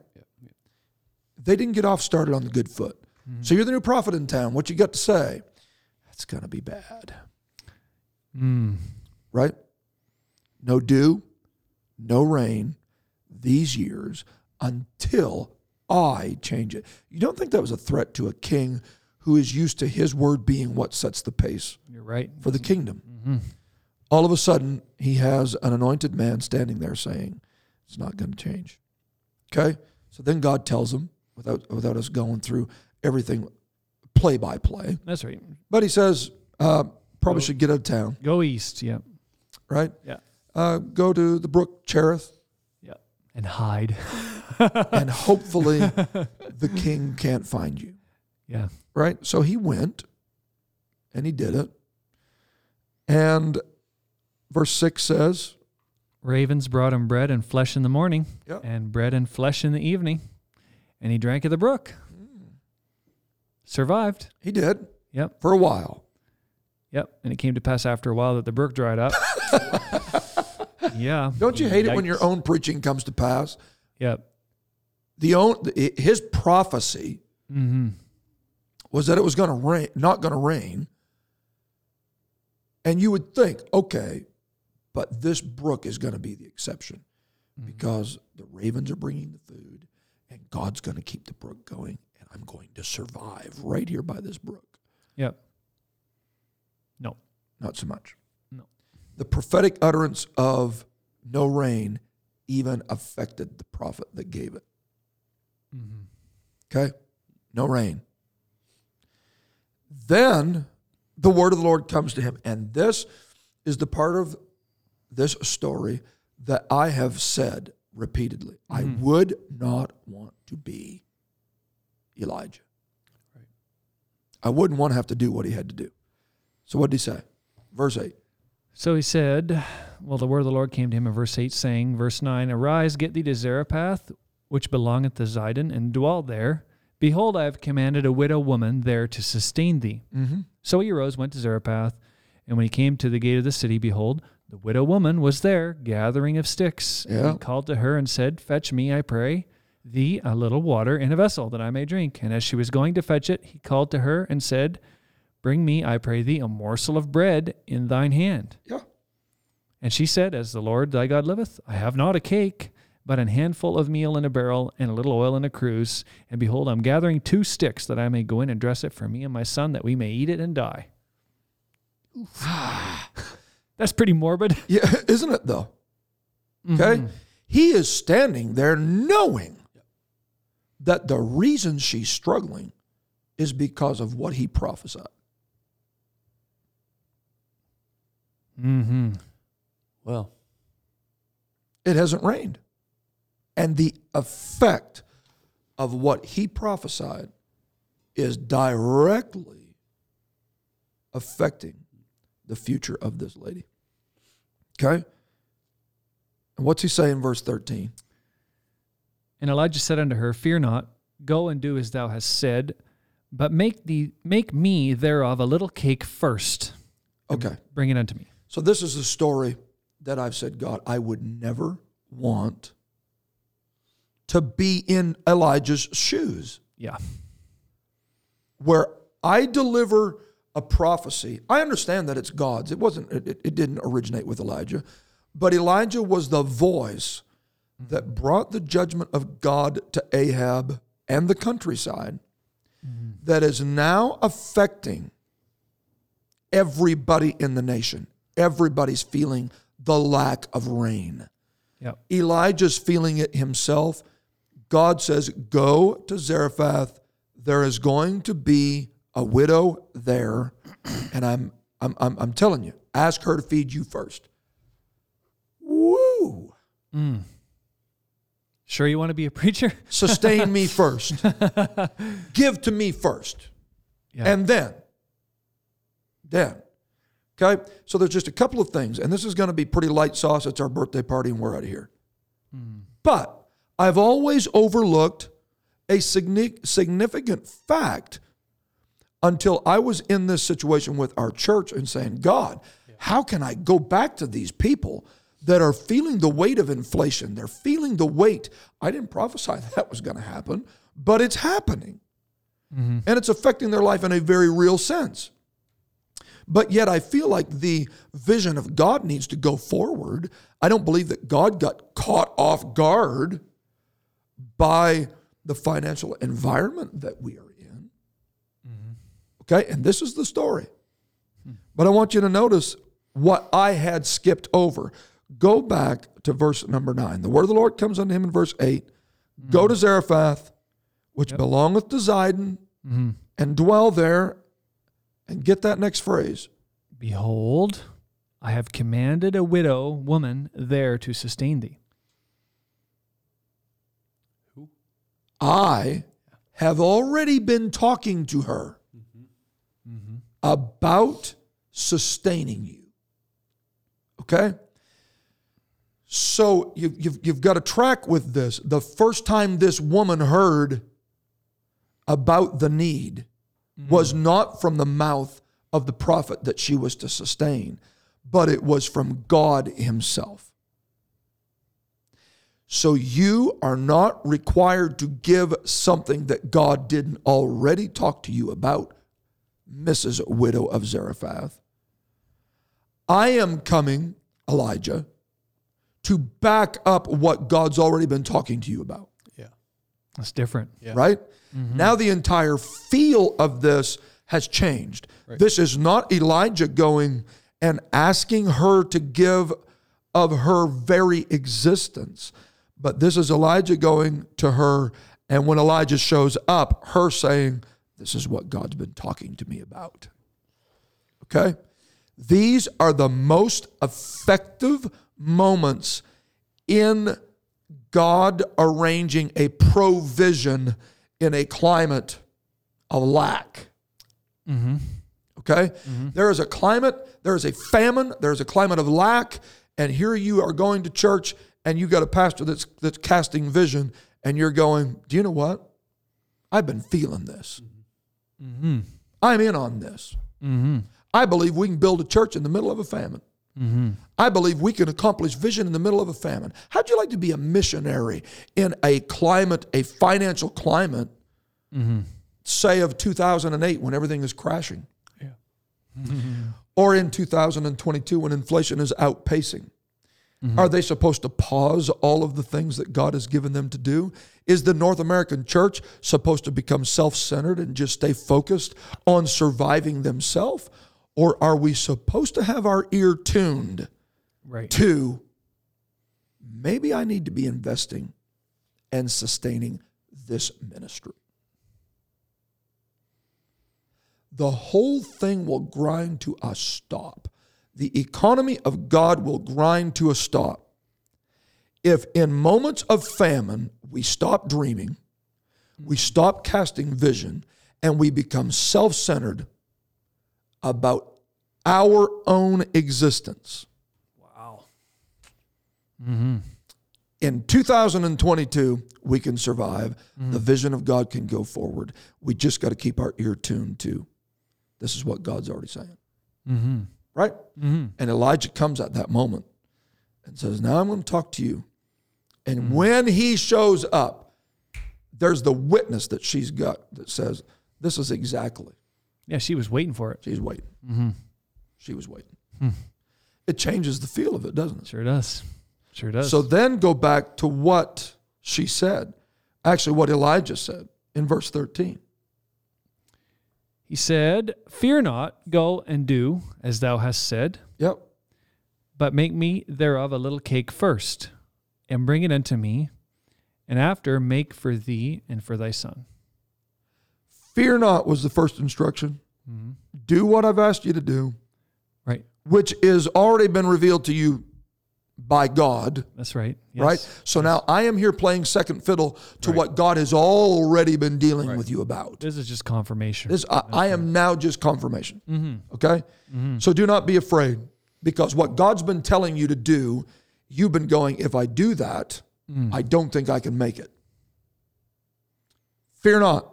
[SPEAKER 3] They didn't get off started on the good foot. So you're the new prophet in town. What you got to say? it's going to be bad.
[SPEAKER 1] Mm.
[SPEAKER 3] right? No dew, no rain these years until I change it. You don't think that was a threat to a king who is used to his word being what sets the pace
[SPEAKER 1] You're right.
[SPEAKER 3] for the kingdom? All of a sudden, he has an anointed man standing there saying, It's not going to change. Okay? So then God tells him, without, without us going through everything play by play,
[SPEAKER 1] That's right.
[SPEAKER 3] but he says, uh, Probably should get out of town,
[SPEAKER 1] Go east. Yeah.
[SPEAKER 3] right?
[SPEAKER 1] Yeah.
[SPEAKER 3] uh, go to the brook Cherith,
[SPEAKER 1] Yeah. And hide.
[SPEAKER 3] and hopefully the king can't find you.
[SPEAKER 1] Yeah.
[SPEAKER 3] Right? So he went and he did it. And verse 6 says,
[SPEAKER 1] Ravens brought him bread and flesh in the morning,
[SPEAKER 3] Yeah.
[SPEAKER 1] and bread and flesh in the evening, and he drank of the brook. Survived.
[SPEAKER 3] he did
[SPEAKER 1] Yep.
[SPEAKER 3] for a while.
[SPEAKER 1] Yep. And it came to pass after a while that the brook dried up. yeah.
[SPEAKER 3] Don't you hate it when your
[SPEAKER 1] Yikes.
[SPEAKER 3] own preaching comes to pass?
[SPEAKER 1] Yep.
[SPEAKER 3] The own, his prophecy
[SPEAKER 1] Mm-hmm.
[SPEAKER 3] was that it was going to rain, not going to rain. And you would think, okay, but this brook is going to be the exception
[SPEAKER 1] Mm-hmm.
[SPEAKER 3] because the ravens are bringing the food and God's going to keep the brook going and I'm going to survive right here by this brook.
[SPEAKER 1] Yep. No.
[SPEAKER 3] Not so much.
[SPEAKER 1] No.
[SPEAKER 3] The prophetic utterance of no rain even affected the prophet that gave it. Okay? No rain. Then the word of the Lord comes to him. And this is the part of this story that I have said repeatedly I would not want to be Elijah. I wouldn't want to have to do what he had to do. So what did he say? Verse 8.
[SPEAKER 1] So he said, Well, the word of the Lord came to him in verse 8, saying, Verse 9, Arise, get thee to Zarephath, which belongeth to Zidon, and dwell there. Behold, I have commanded a widow woman there to sustain thee. So he arose, went to Zarephath, and when he came to the gate of the city, behold, the widow woman was there, gathering of sticks. And
[SPEAKER 3] Yeah.
[SPEAKER 1] he called to her and said, Fetch me, I pray thee, a little water in a vessel, that I may drink. And as she was going to fetch it, he called to her and said, Bring me, I pray thee, a morsel of bread in thine hand.
[SPEAKER 3] Yeah.
[SPEAKER 1] And she said, As the Lord thy God liveth, I have not a cake, but an handful of meal in a barrel, and a little oil in a cruse. And behold, I'm gathering two sticks, that I may go in and dress it for me and my son, that we may eat it and die. That's pretty morbid.
[SPEAKER 3] Yeah, isn't it though? Okay? He is standing there knowing that the reason she's struggling is because of what he prophesied.
[SPEAKER 1] Mm-hmm.
[SPEAKER 2] Well,
[SPEAKER 3] It hasn't rained. And the effect of what he prophesied is directly affecting the future of this lady. Okay? And what's he say in verse 13?
[SPEAKER 1] And Elijah said unto her, Fear not, go and do as thou hast said, but make thee make me thereof a little cake first.
[SPEAKER 3] Okay.
[SPEAKER 1] Bring it unto me.
[SPEAKER 3] So this is the story that I've said, God, I would never want to be in Elijah's shoes
[SPEAKER 1] Yeah.
[SPEAKER 3] where I deliver a prophecy. I understand that it's God's. It wasn't it, it didn't originate with Elijah, but Elijah was the voice that brought the judgment of God to Ahab and the countryside that is now affecting everybody in the nation. Everybody's feeling the lack of rain.
[SPEAKER 1] Yeah.
[SPEAKER 3] Elijah's feeling it himself. God says, Go to Zarephath. There is going to be a widow there. And I'm, I'm, I'm, I'm telling you, ask her to feed you first. Woo!
[SPEAKER 1] Sure you want to be a preacher?
[SPEAKER 3] Sustain me first. Give to me first.
[SPEAKER 1] Yeah.
[SPEAKER 3] And then, then, okay? So there's just a couple of things, and this is going to be pretty light sauce. It's our birthday party, and we're out of here. But I've always overlooked a signi- significant fact until I was in this situation with our church and saying, God, how can I go back to these people that are feeling the weight of inflation? They're feeling the weight. I didn't prophesy that was going to happen, but it's happening and it's affecting their life in a very real sense. But yet, I feel like the vision of God needs to go forward. I don't believe that God got caught off guard by the financial environment that we are in. Okay, and this is the story. But I want you to notice what I had skipped over. Go back to verse number nine. The word of the Lord comes unto him in verse 8 Go to Zarephath, which belongeth to Zidon, and dwell there. And get that next phrase.
[SPEAKER 1] Behold, I have commanded a widow woman there to sustain thee.
[SPEAKER 3] I have already been talking to her about sustaining you. Okay? So you, you've, you've got to track with this. The first time this woman heard about the need was not from the mouth of the prophet that she was to sustain, but it was from God Himself. So you are not required to give something that God didn't already talk to you about, Mrs. Widow of Zarephath. I am coming, Elijah, to back up what God's already been talking to you about
[SPEAKER 2] Yeah.
[SPEAKER 1] That's different.
[SPEAKER 3] right? Now the entire feel of this has changed. This is not Elijah going and asking her to give of her very existence, but this is Elijah going to her. And when Elijah shows up, her saying, This is what God's been talking to me about. Okay? These are the most effective moments in God arranging a provision in a climate of lack. Okay? There is a climate, there is a famine, there is a climate of lack, and here you are going to church and you got a pastor that's that's casting vision and you're going, "Do you know what? I've been feeling this. I'm in on this. I believe we can build a church in the middle of a famine. I believe we can accomplish vision in the middle of a famine. How'd you like to be a missionary in a climate, a financial climate, say of 2008 when everything is crashing? Or in 2022 when inflation is outpacing? Are they supposed to pause all of the things that God has given them to do? Is the North American church supposed to become self centered and just stay focused on surviving themselves? Or are we supposed to have our ear tuned?
[SPEAKER 1] Right.
[SPEAKER 3] Two, maybe I need to be investing and sustaining this ministry. The whole thing will grind to a stop. The economy of God will grind to a stop. If in moments of famine we stop dreaming, we stop casting vision, and we become self centered about our own existence. in 2022 we can survive the vision of god can go forward we just got to keep our ear tuned to this is what god's already saying right and elijah comes at that moment and says now i'm going to talk to you and when he shows up there's the witness that she's got that says this is exactly
[SPEAKER 1] Yeah, she was waiting for it.
[SPEAKER 3] she's waiting she was waiting it changes the feel of it doesn't it
[SPEAKER 1] Sure does. Sure does.
[SPEAKER 3] so then go back to what she said, actually, what Elijah said in verse 13.
[SPEAKER 1] he said, Fear not, go and do as thou hast said,
[SPEAKER 3] Yep.
[SPEAKER 1] but make me thereof a little cake first, and bring it unto me, and after make for thee and for thy son.
[SPEAKER 3] Fear not was the first instruction.
[SPEAKER 1] Mm-hmm.
[SPEAKER 3] Do what I've asked you to do,
[SPEAKER 1] Right.
[SPEAKER 3] which is already been revealed to you by God,
[SPEAKER 1] That's right. Yes.
[SPEAKER 3] right? So now I am here playing second fiddle to what God has already been dealing with you about.
[SPEAKER 1] This is just confirmation.
[SPEAKER 3] This I, I am now just confirmation. Okay? So do not be afraid because what God's been telling you to do, you've been going, if I do that, I don't think I can make it. Fear not.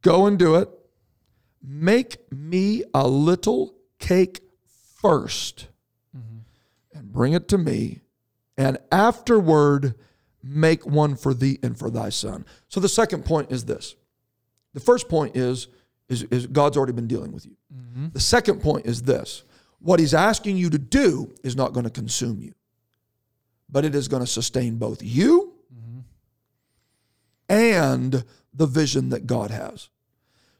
[SPEAKER 3] Go and do it. Make me a little cake 1st and bring it to me, and afterward make one for thee and for thy son. So the second point is this. The first point is is, is God's already been dealing with you. The second point is this what he's asking you to do is not going to consume you, but it is going to sustain both you and the vision that God has.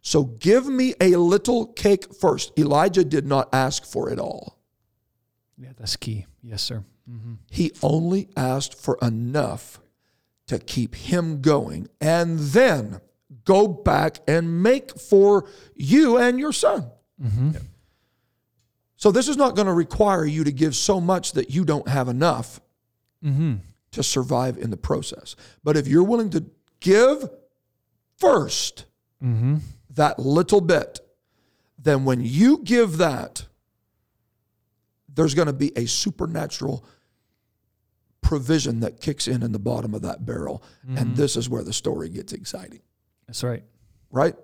[SPEAKER 3] So give me a little cake first. Elijah did not ask for it all.
[SPEAKER 1] Yeah, that's key. Yes, sir.
[SPEAKER 3] He only asked for enough to keep him going and then go back and make for you and your son. So, this is not going to require you to give so much that you don't have enough to survive in the process. But if you're willing to give 1st that little bit, then when you give that, there's going to be a supernatural provision that kicks in in the bottom of that barrel. And this is where the story gets exciting,
[SPEAKER 1] That's right.
[SPEAKER 3] right?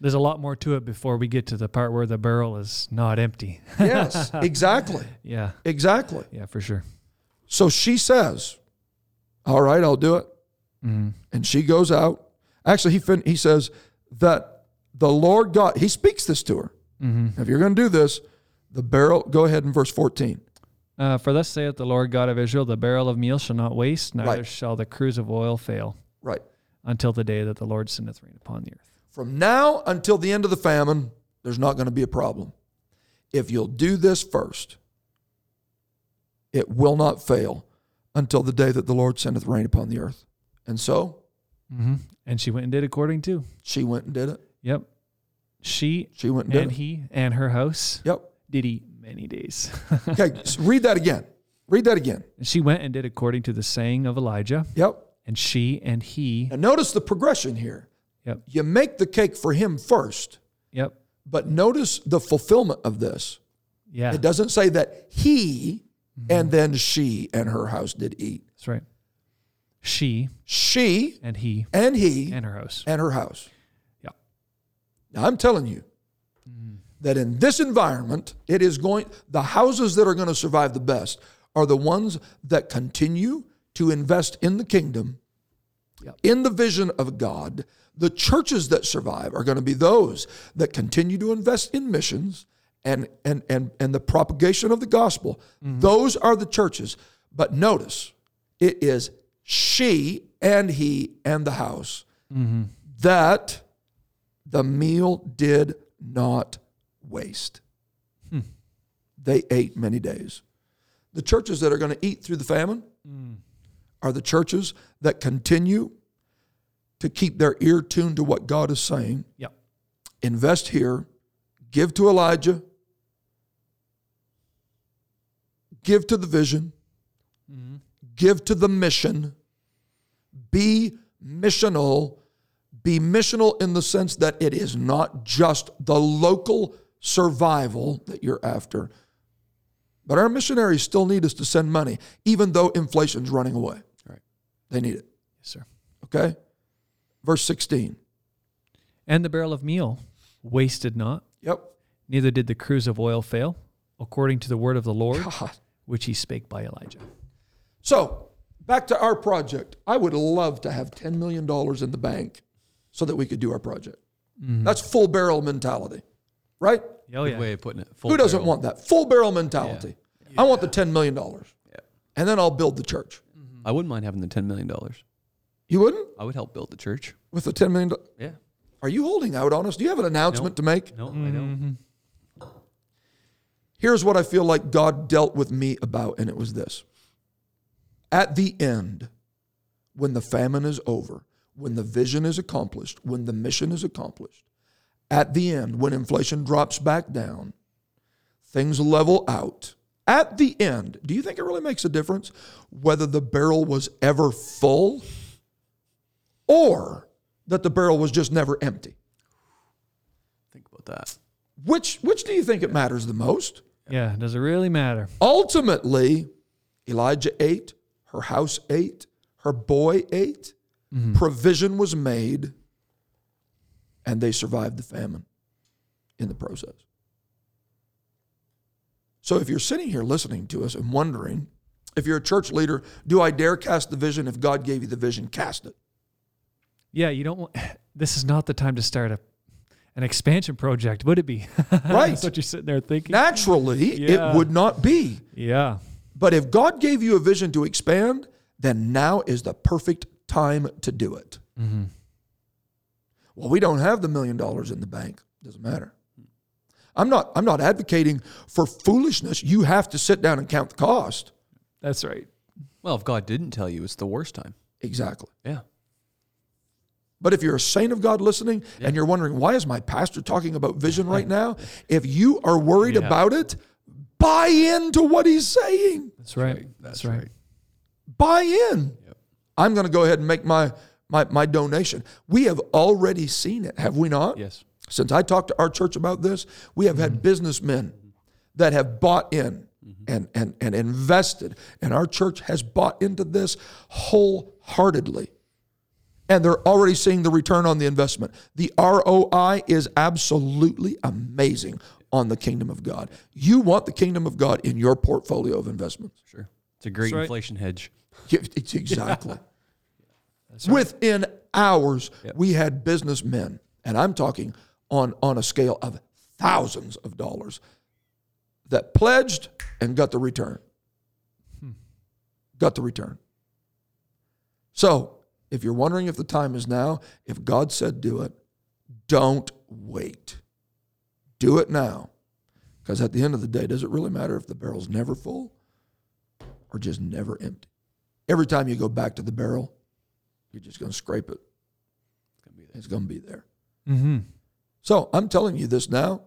[SPEAKER 1] There's a lot more to it before we get to the part where the barrel is not empty.
[SPEAKER 3] Yes, exactly.
[SPEAKER 1] yeah.
[SPEAKER 3] Exactly.
[SPEAKER 1] Yeah, for sure.
[SPEAKER 3] So she says, All right, I'll do it. And she goes out. Actually, he, fin- he says that the Lord God, he speaks this to her. If you're going to do this, the barrel, go ahead in verse 14.
[SPEAKER 1] Uh, for thus saith the Lord God of Israel, the barrel of meal shall not waste, neither
[SPEAKER 3] Right.
[SPEAKER 1] shall the cruse of oil fail
[SPEAKER 3] Right.
[SPEAKER 1] until the day that the Lord sendeth rain upon the earth.
[SPEAKER 3] From now until the end of the famine, there's not going to be a problem. If you'll do this first, it will not fail until the day that the Lord sendeth rain upon the earth. And so
[SPEAKER 1] And she went and did according to.
[SPEAKER 3] she went and did it.
[SPEAKER 1] Yep. She
[SPEAKER 3] She went and did
[SPEAKER 1] and
[SPEAKER 3] it.
[SPEAKER 1] he and her house
[SPEAKER 3] yep.
[SPEAKER 1] did eat many days.
[SPEAKER 3] Okay, so read that again. Read that again.
[SPEAKER 1] and she went and did according to the saying of Elijah,
[SPEAKER 3] Yep.
[SPEAKER 1] and she and he.
[SPEAKER 3] And notice the progression here.
[SPEAKER 1] Yep.
[SPEAKER 3] You make the cake for him first,
[SPEAKER 1] Yep.
[SPEAKER 3] but notice the fulfillment of this.
[SPEAKER 1] Yeah. Mm-hmm.
[SPEAKER 3] It doesn't say that he and then she and her house did eat.
[SPEAKER 1] That's right. She
[SPEAKER 3] She
[SPEAKER 1] and he
[SPEAKER 3] and he
[SPEAKER 1] and her house.
[SPEAKER 3] and her house.
[SPEAKER 1] Yeah.
[SPEAKER 3] Now I'm telling you that in this environment, it is going the houses that are going to survive the best are the ones that continue to invest in the kingdom, in the vision of God. The churches that survive are going to be those that continue to invest in missions and and and and the propagation of the gospel. Those are the churches. But notice, it is she and he and the house that the meal did not waste. They ate many days. The churches that are going to eat through the famine are the churches that continue to keep their ear tuned to what God is saying,
[SPEAKER 1] Yep.
[SPEAKER 3] invest here, give to Elijah, give to the vision, give to the mission, be missional be missional in the sense that it is not just the local survival that you're after. But our missionaries still need us to send money, even though inflation's running away.
[SPEAKER 2] Right.
[SPEAKER 3] They need it.
[SPEAKER 1] Yes, sir.
[SPEAKER 3] Okay? Verse 16.
[SPEAKER 1] And the barrel of meal wasted not,
[SPEAKER 3] Yep.
[SPEAKER 1] neither did the cruse of oil fail, according to the word of the Lord,
[SPEAKER 3] God.
[SPEAKER 1] which he spake by Elijah.
[SPEAKER 3] So back to our project. I would love to have $10 million in the bank so that we could do our project. That's full barrel mentality, right?
[SPEAKER 1] Oh,
[SPEAKER 2] Good
[SPEAKER 1] yeah.
[SPEAKER 2] way of putting it. Full
[SPEAKER 3] Who doesn't
[SPEAKER 2] barrel.
[SPEAKER 3] want that? Full barrel mentality. I want the $10 million. And then I'll build the church.
[SPEAKER 2] Mm-hmm. I wouldn't mind having the ten million dollars.
[SPEAKER 3] You wouldn't
[SPEAKER 2] I would help build the church.
[SPEAKER 3] with the ten million. do-
[SPEAKER 2] Yeah.
[SPEAKER 3] Are you holding out on us? Do you have an announcement to make?
[SPEAKER 2] No, I don't.
[SPEAKER 3] Here's what I feel like God dealt with me about, and it was this: at the end, when the famine is over, when the vision is accomplished, when the mission is accomplished, at the end, when inflation drops back down, things level out. At the end, do you think it really makes a difference whether the barrel was ever full or that the barrel was just never empty?
[SPEAKER 2] Think about that.
[SPEAKER 3] Which which do you think it matters the most?
[SPEAKER 1] Yeah. Does it really matter?
[SPEAKER 3] Ultimately, Elijah ate, her house ate, her boy ate, provision was made, and they survived the famine in the process. So if you're sitting here listening to us and wondering, if you're a church leader, do I dare cast the vision? If God gave you the vision, cast it.
[SPEAKER 1] Yeah. You don't want, this is not the time to start a an expansion project, would it be?
[SPEAKER 3] Right.
[SPEAKER 1] That's what you're sitting there thinking.
[SPEAKER 3] Naturally,
[SPEAKER 1] Yeah.
[SPEAKER 3] it would not be.
[SPEAKER 1] yeah.
[SPEAKER 3] But if God gave you a vision to expand, then now is the perfect time to do it. Well, we don't have the million dollars in the bank. Doesn't matter. I'm not. I'm not advocating for foolishness. You have to sit down and count the cost.
[SPEAKER 1] That's right.
[SPEAKER 5] Well, if God didn't tell you, it's the worst time.
[SPEAKER 3] Exactly.
[SPEAKER 5] Yeah.
[SPEAKER 3] But if you're a saint of God listening and you're wondering why is my pastor talking about vision right now, if you are worried about it, buy into what he's saying.
[SPEAKER 1] That's right. That's right.
[SPEAKER 3] buy in. I'm going to go ahead and make my, my my donation. We have already seen it, have we not?
[SPEAKER 2] Yes.
[SPEAKER 3] Since I talked to our church about this, we have had businessmen that have bought in and, and and invested, and our church has bought into this wholeheartedly. And they're already seeing the return on the investment. The ROI is absolutely amazing on the kingdom of God. You want the kingdom of God in your portfolio of investments.
[SPEAKER 2] Sure. It's a great
[SPEAKER 1] right.
[SPEAKER 2] inflation hedge.
[SPEAKER 3] Yeah, It's exactly. Within hours, we had businessmen, and I'm talking on, on a scale of thousands of dollars, that pledged and got the return. Got the return. So, if you're wondering if the time is now, if God said do it, don't wait. Do it now. Because at the end of the day, does it really matter if the barrel's never full or just never empty? Every time you go back to the barrel, you're just going to scrape it. It's going to be there.
[SPEAKER 1] Mm-hmm.
[SPEAKER 3] So I'm telling you this now,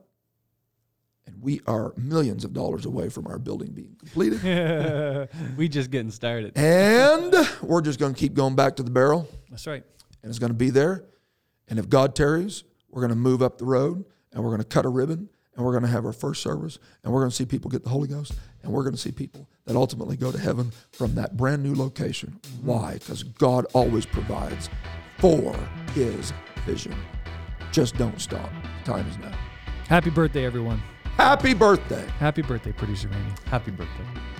[SPEAKER 3] and we are millions of dollars away from our building being completed.
[SPEAKER 1] Mm-hmm.
[SPEAKER 2] We just getting started.
[SPEAKER 3] and we're just going to keep going back to the barrel,
[SPEAKER 1] That's right.
[SPEAKER 3] and it's going to be there. And if God tarries, we're going to move up the road, and we're going to cut a ribbon, and we're going to have our first service, and we're going to see people get the Holy Ghost, and we're going to see people that ultimately go to heaven from that brand new location. Why? Because God always provides for his vision. Just don't stop. Time is now.
[SPEAKER 1] Happy birthday, everyone.
[SPEAKER 3] Happy birthday.
[SPEAKER 1] Happy birthday, producer Randy.
[SPEAKER 2] Happy birthday.